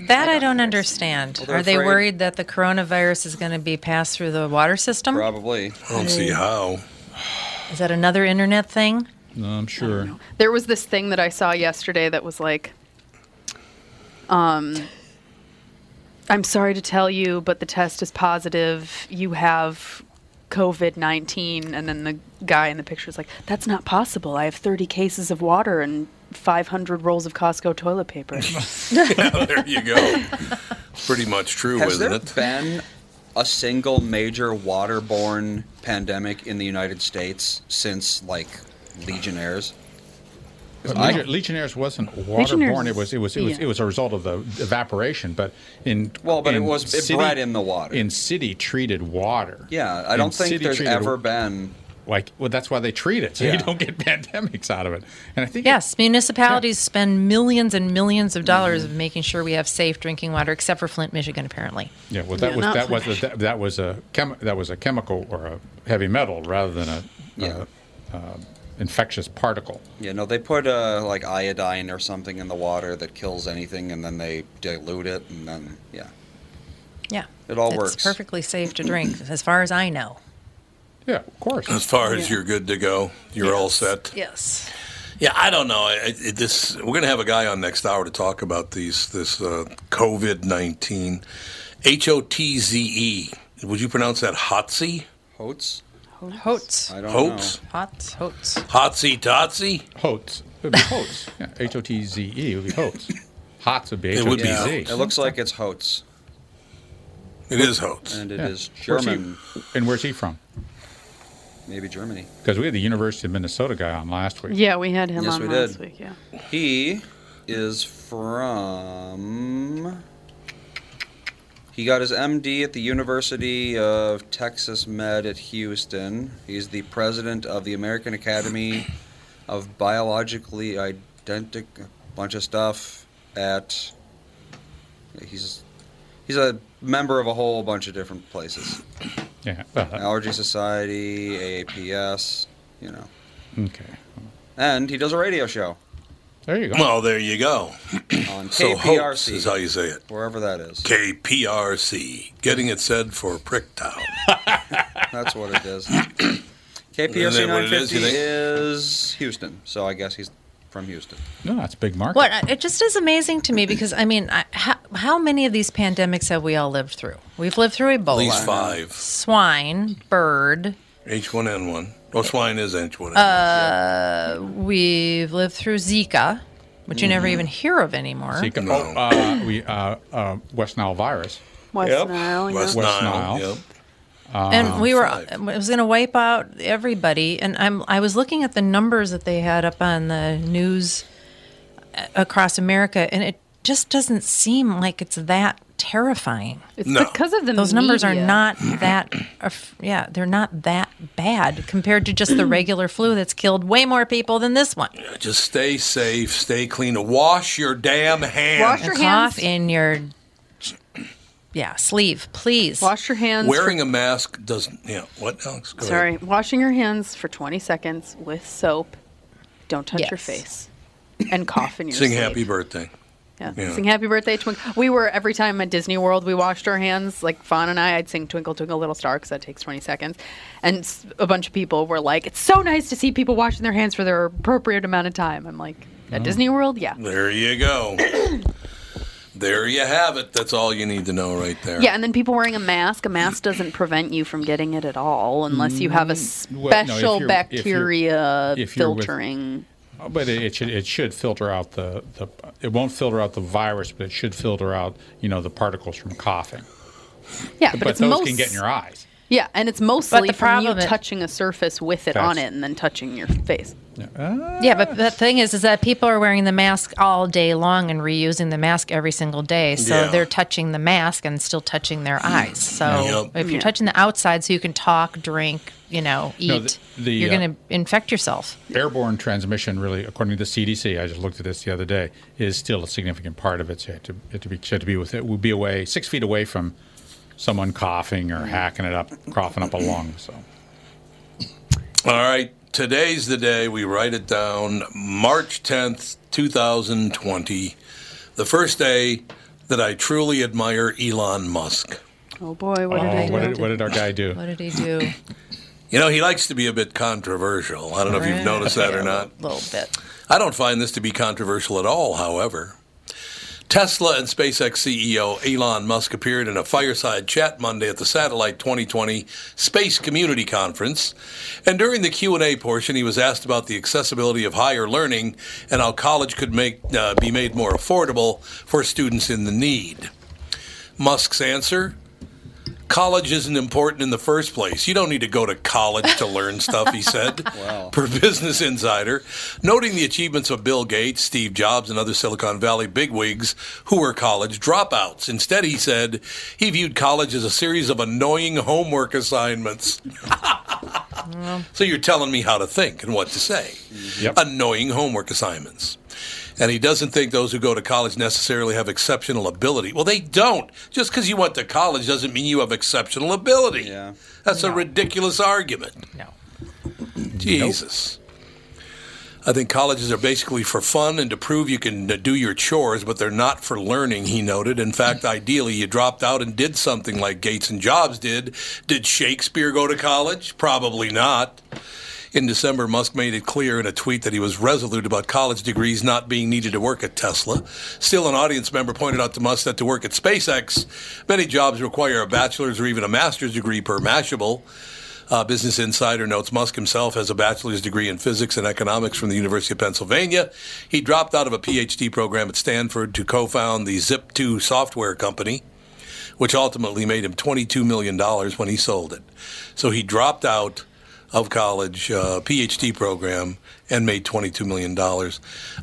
[SPEAKER 4] that, I don't understand.
[SPEAKER 8] they're
[SPEAKER 4] are they
[SPEAKER 8] afraid-
[SPEAKER 4] worried that the coronavirus is going to be passed through the water system?
[SPEAKER 8] Probably.
[SPEAKER 1] I don't see how.
[SPEAKER 4] Is that another internet thing?
[SPEAKER 2] No, I'm sure.
[SPEAKER 3] There was this thing that I saw yesterday that was like, um, I'm sorry to tell you, but the test is positive. You have COVID 19. And then the guy in the picture is like, That's not possible. I have 30 cases of water and 500 rolls of Costco toilet paper.
[SPEAKER 1] Yeah, there you go. Pretty much true,
[SPEAKER 8] Has
[SPEAKER 1] isn't
[SPEAKER 8] there
[SPEAKER 1] it?
[SPEAKER 8] been a single major waterborne pandemic in the United States since like Legionnaires?
[SPEAKER 2] But
[SPEAKER 8] I-
[SPEAKER 2] Legion- Legionnaires wasn't
[SPEAKER 3] Legionnaires
[SPEAKER 2] waterborne. It was it was it was
[SPEAKER 3] yeah.
[SPEAKER 2] it was a result of the evaporation. But in
[SPEAKER 8] Well, but it
[SPEAKER 2] in
[SPEAKER 8] was- it bred in the water.
[SPEAKER 2] in city treated water.
[SPEAKER 8] Yeah, I
[SPEAKER 2] In
[SPEAKER 8] don't think there's
[SPEAKER 2] city-treated
[SPEAKER 8] ever been.
[SPEAKER 2] like well that's why they treat it so
[SPEAKER 8] Yeah.
[SPEAKER 2] you don't get pandemics out of it and i think
[SPEAKER 4] Yes, municipalities spend millions and millions of dollars of making sure we have safe drinking water, except for Flint, Michigan, apparently.
[SPEAKER 2] yeah well that
[SPEAKER 3] Yeah,
[SPEAKER 2] was
[SPEAKER 3] not
[SPEAKER 2] that
[SPEAKER 3] so
[SPEAKER 2] was
[SPEAKER 3] much.
[SPEAKER 2] a, that, that was a chem, that was a chemical or a heavy metal rather than a,
[SPEAKER 8] Yeah.
[SPEAKER 2] a, uh, infectious particle
[SPEAKER 8] You know, they put uh, like iodine or something in the water that kills anything, and then they dilute it, and then yeah.
[SPEAKER 4] Yeah,
[SPEAKER 8] It all
[SPEAKER 4] it's
[SPEAKER 8] works.
[SPEAKER 4] perfectly safe to drink, as far as I know.
[SPEAKER 2] yeah of course
[SPEAKER 1] As far as you're good to go, you're all set.
[SPEAKER 4] Yes.
[SPEAKER 1] Yeah, I don't know. I, I- it, this we're going to have a guy on next hour to talk about these this uh, COVID nineteen, H O T Z E. Would you pronounce that Hotsy?
[SPEAKER 8] Hoats?
[SPEAKER 4] Hots.
[SPEAKER 8] I don't
[SPEAKER 1] Hoats?
[SPEAKER 8] know.
[SPEAKER 4] Hots. Hots.
[SPEAKER 1] Hotsy Totsy?
[SPEAKER 2] hots it would be hots yeah, h-o-t-z-e E, would be hots hots would be
[SPEAKER 1] It would be
[SPEAKER 8] Yeah,
[SPEAKER 2] h-o-t-z
[SPEAKER 1] Disease.
[SPEAKER 8] it looks like it's Hoats,
[SPEAKER 1] It is Hots.
[SPEAKER 8] and it
[SPEAKER 2] Yeah.
[SPEAKER 8] is
[SPEAKER 2] Where's he-
[SPEAKER 8] German,
[SPEAKER 2] and where's he from
[SPEAKER 8] maybe Germany.
[SPEAKER 2] because we had the university of minnesota guy on last week
[SPEAKER 3] yeah, we had him
[SPEAKER 8] Yes,
[SPEAKER 3] on
[SPEAKER 8] we
[SPEAKER 3] last
[SPEAKER 8] did.
[SPEAKER 3] week. Yeah.
[SPEAKER 8] He is from. He got his MD at the University of Texas Med at Houston. He's the president of the American Academy of Biologically Identical. Bunch of stuff at. He's he's a member of a whole bunch of different places.
[SPEAKER 2] Yeah. well,
[SPEAKER 8] Allergy Society, AAPS, you know.
[SPEAKER 2] okay.
[SPEAKER 8] And he does a radio show
[SPEAKER 2] There you go.
[SPEAKER 1] Well, there you go.
[SPEAKER 8] on
[SPEAKER 1] So hoax
[SPEAKER 8] KPRC,
[SPEAKER 1] is how you say it.
[SPEAKER 8] wherever that is.
[SPEAKER 1] KPRC, getting it said for Pricktown.
[SPEAKER 8] That's what it is.
[SPEAKER 1] Isn't
[SPEAKER 8] KPRC
[SPEAKER 1] that what it
[SPEAKER 8] 950
[SPEAKER 1] is,
[SPEAKER 8] is,
[SPEAKER 1] you think?
[SPEAKER 8] Houston, so I guess he's from Houston.
[SPEAKER 2] no, that's a big market.
[SPEAKER 4] What it just is amazing to me because I mean, I, how, how many of these pandemics have we all lived through? We've lived through
[SPEAKER 1] At
[SPEAKER 8] Oh,
[SPEAKER 4] Ebola,
[SPEAKER 1] least five.
[SPEAKER 4] swine, bird.
[SPEAKER 1] H1N1. Oh, swine is H1N1.
[SPEAKER 4] We've lived through Zika, which you never even hear of anymore.
[SPEAKER 2] Zika-
[SPEAKER 1] No.
[SPEAKER 2] oh, uh, we uh, uh, West Nile virus.
[SPEAKER 3] West
[SPEAKER 10] Yep.
[SPEAKER 3] Nile. yeah.
[SPEAKER 1] West,
[SPEAKER 2] West
[SPEAKER 1] Nile.
[SPEAKER 2] Nile.
[SPEAKER 1] Yep.
[SPEAKER 4] and we were
[SPEAKER 1] five.
[SPEAKER 4] it was going to wipe out everybody and i'm i was looking at the numbers that they had up on the news a- across america and it just doesn't seem like it's that terrifying
[SPEAKER 3] It's
[SPEAKER 1] No.
[SPEAKER 3] because of the
[SPEAKER 4] those numbers are
[SPEAKER 3] media.
[SPEAKER 4] not that aff- yeah they're not that bad compared to just the regular flu that's killed way more people than this one
[SPEAKER 1] Just stay safe, stay clean, and wash your damn hands.
[SPEAKER 3] Wash your
[SPEAKER 4] And cough
[SPEAKER 3] hands.
[SPEAKER 4] in your yeah sleeve please
[SPEAKER 3] Wash your hands. for-
[SPEAKER 1] Wearing a mask doesn't. Yeah. What, Alex? Go ahead.
[SPEAKER 3] Sorry, washing your hands for 20 seconds with soap. Don't touch your
[SPEAKER 4] Yes.
[SPEAKER 3] face. And cough in your
[SPEAKER 1] Sing
[SPEAKER 3] sleep.
[SPEAKER 1] happy birthday.
[SPEAKER 3] Yeah.
[SPEAKER 1] yeah.
[SPEAKER 3] Sing happy birthday, Twinkle. We were every time at Disney World, we washed our hands. Like Fawn and I, I'd sing Twinkle Twinkle Little Star because that takes 20 seconds. And s- a bunch of people were like, "It's so nice to see people washing their hands for their appropriate amount of time." I'm like,
[SPEAKER 1] Mm-hmm.
[SPEAKER 3] at Disney World, yeah.
[SPEAKER 1] There you go. there you have it. That's all you need to know right there.
[SPEAKER 3] Yeah, and then people wearing a mask. A mask doesn't prevent you from getting it at all unless you have a
[SPEAKER 1] Mm-hmm.
[SPEAKER 2] well, no, if
[SPEAKER 3] special
[SPEAKER 2] you're- if you're-
[SPEAKER 3] bacteria
[SPEAKER 2] if you're with-
[SPEAKER 3] filtering.
[SPEAKER 2] Oh, But it, it should it should filter out the, the it won't filter out the virus, but it should filter out you know the particles from coughing.
[SPEAKER 3] yeah, but,
[SPEAKER 2] But,
[SPEAKER 3] it's
[SPEAKER 2] those
[SPEAKER 3] most,
[SPEAKER 2] can get in your eyes.
[SPEAKER 3] Yeah, and it's mostly
[SPEAKER 4] the
[SPEAKER 3] from you
[SPEAKER 4] problem is-
[SPEAKER 3] touching a surface with it on
[SPEAKER 2] That's-
[SPEAKER 3] it and then touching your face.
[SPEAKER 4] Yeah, but the thing is, is that people are wearing the mask all day long and reusing the mask every single day. So
[SPEAKER 1] Yeah.
[SPEAKER 4] they're touching the mask and still touching their eyes. So
[SPEAKER 1] Yep.
[SPEAKER 4] if you're
[SPEAKER 3] Yeah.
[SPEAKER 4] touching the outside, so you can talk, drink, you know, eat,
[SPEAKER 2] No, the- the,
[SPEAKER 4] you're
[SPEAKER 2] uh,
[SPEAKER 4] going to infect yourself.
[SPEAKER 2] Airborne transmission, really, according to the CDC, I just looked at this the other day, is still a significant part of it. So you have to, you have to be you have to be with it. We'll be away six feet away from someone coughing or hacking it up, coughing up a lung. So
[SPEAKER 1] All right. Today's the day we write it down. March 10th, 2020. The first day that I truly admire Elon Musk.
[SPEAKER 3] Oh boy, what did I
[SPEAKER 2] oh,
[SPEAKER 3] do?
[SPEAKER 2] what did, what did our guy do?
[SPEAKER 4] What did he do?
[SPEAKER 1] You know, he likes to be a bit controversial. I don't know if you've noticed that or not.
[SPEAKER 4] A little bit.
[SPEAKER 1] I don't find this to be controversial at all, however. Tesla and SpaceX CEO Elon Musk appeared in a fireside chat Monday at the Satellite 2020 Space Community Conference, and during the Q&A portion he was asked about the accessibility of higher learning and how college could make uh, be made more affordable for students in the need. Musk's answer College isn't important in the first place. You don't need to go to college to learn stuff, he said, per Business Insider, noting the achievements of Bill Gates, Steve Jobs, and other Silicon Valley bigwigs who were college dropouts. Instead, he said he viewed college as a series of annoying homework assignments. so you're telling me how to think and what to say.
[SPEAKER 2] Yep.
[SPEAKER 1] Annoying homework assignments. And he doesn't think those who go to college necessarily have exceptional ability. Well, they don't. Just because you went to college doesn't mean you have exceptional ability.
[SPEAKER 8] Yeah.
[SPEAKER 1] That's a ridiculous argument.
[SPEAKER 4] No.
[SPEAKER 1] Jesus. I think colleges are basically for fun and to prove you can uh, do your chores, but they're not for learning, he noted. In fact, ideally, you dropped out and did something like Gates and Jobs did. Did Shakespeare go to college? Probably not. In December, Musk made it clear in a tweet that he was resolute about college degrees not being needed to work at Tesla. Still, an audience member pointed out to Musk that to work at SpaceX, many jobs require a bachelor's or even a master's degree per Mashable. Uh, Business Insider notes Musk himself has a bachelor's degree in physics and economics from the University of Pennsylvania. He dropped out of a PhD program at Stanford to co found the Zip2 software company, which ultimately made him $22 million when he sold it. So he dropped out of college, uh, PhD program, and made $22 million.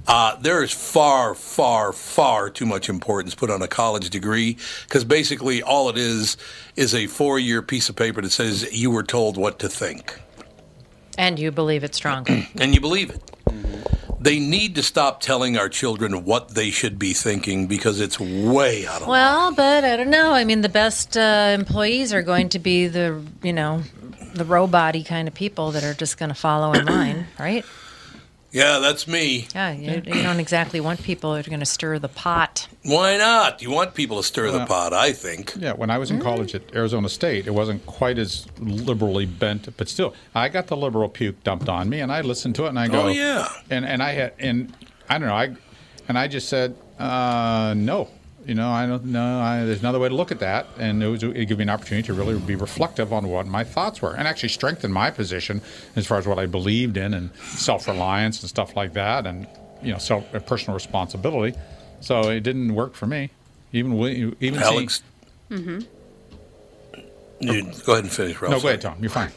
[SPEAKER 1] Uh, there is far, far, far too much importance put on a college degree because basically all it is is a four year piece of paper that says you were told what to think
[SPEAKER 4] And you believe it strongly.
[SPEAKER 1] and you believe it. They need to stop telling our children what they should be thinking because it's way out of
[SPEAKER 4] well, but I don't know. I mean, the best uh, employees are going to be the, you know, the robot-y kind of people that are just going to follow in line, right?
[SPEAKER 1] Yeah, that's me.
[SPEAKER 4] Yeah, you, you don't exactly want people that are going to stir the pot.
[SPEAKER 1] Why not? You want people to stir the pot, I think.
[SPEAKER 2] Yeah, when I was in college at Arizona State, it wasn't quite as liberally bent, but still, I got the liberal puke dumped on me, and I listened to it, and I go,
[SPEAKER 1] Oh, yeah.
[SPEAKER 2] and and I had, and I don't know, I, and I just said, uh, no, you know, I don't know, I, there's another way to look at that, and it was it gave me an opportunity to really be reflective on what my thoughts were, and actually strengthen my position as far as what I believed in, and self reliance and stuff like that, and you know, self personal responsibility. So it didn't work for me, even wi- even seeing-
[SPEAKER 1] Alex, Mm-hmm. you, go ahead and finish,
[SPEAKER 3] Oh,
[SPEAKER 1] Ralph.
[SPEAKER 2] No, go ahead, Tom. You're fine.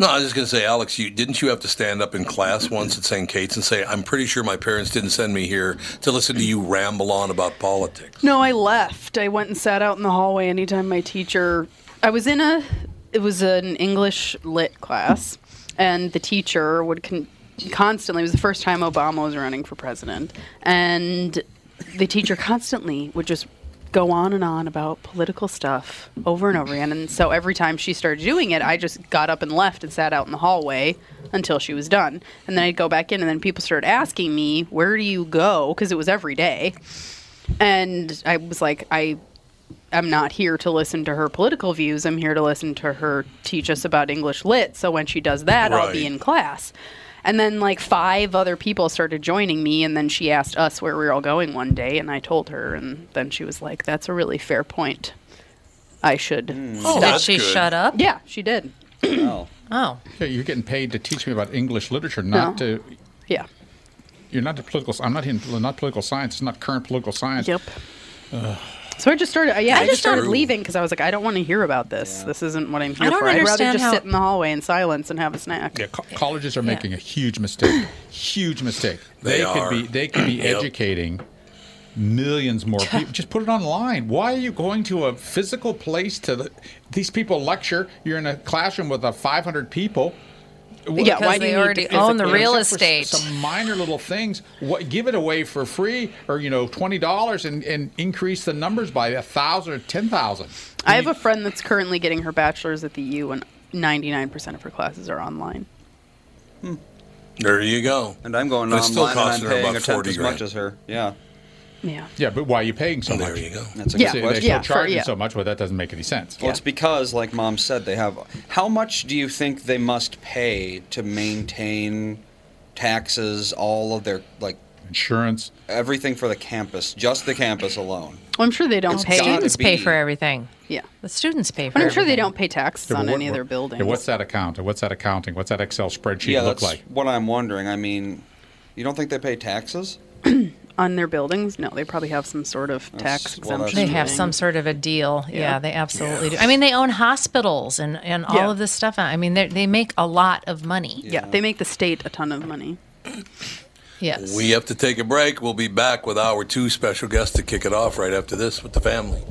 [SPEAKER 1] No, I was just going to say, Alex, you didn't you have to stand up in class once at St. Kate's and say, "I'm pretty sure my parents didn't send me here to listen to you ramble on about politics."
[SPEAKER 3] No, I left. I went and sat out in the hallway anytime my teacher. I was in a. It was an English lit class, and the teacher would con- constantly. It was the first time Obama was running for president, and the teacher constantly would just go on and on about political stuff over and over again. And so every time she started doing it, I just got up and left and sat out in the hallway until she was done. And then I'd go back in, and then people started asking me, Where do you go? Because it was every day and I was like, I am not here to listen to her political views. I'm here to listen to her teach us about English lit. So when she does that, I'll be
[SPEAKER 1] Right.
[SPEAKER 3] in class. And then like five other people started joining me, and then she asked us where we were all going one day, and I told her, and then she was like, "That's a really fair point. I should."
[SPEAKER 1] Oh,
[SPEAKER 4] Did
[SPEAKER 1] that's
[SPEAKER 4] she
[SPEAKER 1] good.
[SPEAKER 4] shut up?
[SPEAKER 3] Yeah, she did.
[SPEAKER 8] Well,
[SPEAKER 4] Oh,
[SPEAKER 2] Yeah, you're getting paid to teach me about English literature, not
[SPEAKER 3] No.
[SPEAKER 2] to.
[SPEAKER 3] Yeah.
[SPEAKER 2] You're not the political. I'm not in. Not political science. It's not current political science.
[SPEAKER 3] Yep. So I just started. Yeah, I just started
[SPEAKER 1] true.
[SPEAKER 3] leaving because I was like, I don't want to hear about this. This isn't what I'm here
[SPEAKER 9] don't
[SPEAKER 3] for. I'd rather
[SPEAKER 9] understand
[SPEAKER 3] just
[SPEAKER 9] how-
[SPEAKER 3] sit in the hallway in silence and have a snack.
[SPEAKER 2] Yeah, co- colleges are making a huge mistake. huge mistake.
[SPEAKER 1] They are.
[SPEAKER 2] could be. They could be
[SPEAKER 1] Yep.
[SPEAKER 2] educating millions more people. Just put it online. Why are you going to a physical place to the, these people lecture? You're in a classroom with a 500 people.
[SPEAKER 3] Yeah,
[SPEAKER 9] Because
[SPEAKER 3] why do
[SPEAKER 9] they
[SPEAKER 3] you need
[SPEAKER 9] already
[SPEAKER 3] to
[SPEAKER 9] own the
[SPEAKER 3] physically-
[SPEAKER 9] real
[SPEAKER 2] except for s-
[SPEAKER 9] estate.
[SPEAKER 2] Some minor little things. What, give it away for free, or you know, twenty dollars, and, and increase the numbers by a thousand or ten thousand.
[SPEAKER 3] I have a friend that's currently getting her bachelor's at the U, and 99% of her classes are online.
[SPEAKER 1] There you go.
[SPEAKER 8] and I'm going
[SPEAKER 1] But
[SPEAKER 8] online
[SPEAKER 1] it's still
[SPEAKER 8] and I'm
[SPEAKER 1] costing her
[SPEAKER 8] paying
[SPEAKER 1] about
[SPEAKER 8] a tenth
[SPEAKER 1] 40
[SPEAKER 8] as
[SPEAKER 1] grand.
[SPEAKER 8] much as her. Yeah,
[SPEAKER 3] Yeah.
[SPEAKER 2] Yeah, but why are you paying so
[SPEAKER 1] There
[SPEAKER 2] much?
[SPEAKER 1] you go.
[SPEAKER 8] that's a
[SPEAKER 3] Yeah.
[SPEAKER 2] They-
[SPEAKER 8] good
[SPEAKER 2] They're
[SPEAKER 8] question.
[SPEAKER 2] still
[SPEAKER 3] Yeah, for-
[SPEAKER 2] charging
[SPEAKER 3] yeah.
[SPEAKER 2] so much. Well, that doesn't make any sense.
[SPEAKER 8] Well, it's because, like Mom said, they have. How much do you think they must pay to maintain taxes, all of their like
[SPEAKER 2] Insurance.
[SPEAKER 8] everything for the campus, just the campus alone?
[SPEAKER 3] Well, I'm sure they don't
[SPEAKER 8] It's
[SPEAKER 3] pay.
[SPEAKER 8] gotta
[SPEAKER 4] students pay
[SPEAKER 8] be.
[SPEAKER 4] for everything.
[SPEAKER 3] Yeah.
[SPEAKER 4] The students pay for
[SPEAKER 3] But I'm
[SPEAKER 4] everything.
[SPEAKER 3] sure they don't pay taxes on
[SPEAKER 2] What-
[SPEAKER 3] any of their
[SPEAKER 2] what-
[SPEAKER 3] buildings.
[SPEAKER 2] yeah, what's that account? What's that accounting? What's that Excel spreadsheet
[SPEAKER 8] yeah,
[SPEAKER 2] look
[SPEAKER 8] that's
[SPEAKER 2] like?
[SPEAKER 8] what I'm wondering. I mean, you don't think they pay taxes?
[SPEAKER 3] On their buildings? No, they probably have some sort of tax
[SPEAKER 8] That's- well, that's
[SPEAKER 3] exemption.
[SPEAKER 4] They have
[SPEAKER 3] thing.
[SPEAKER 4] some sort of a deal. Yeah, they absolutely do. I mean, they own hospitals and, and all
[SPEAKER 3] Yeah.
[SPEAKER 4] of this stuff. I mean, they they make a lot of money.
[SPEAKER 3] Yeah, they make the state a ton of money.
[SPEAKER 4] Yes.
[SPEAKER 1] We have to take a break. We'll be back with our two special guests to kick it off right after this with the family.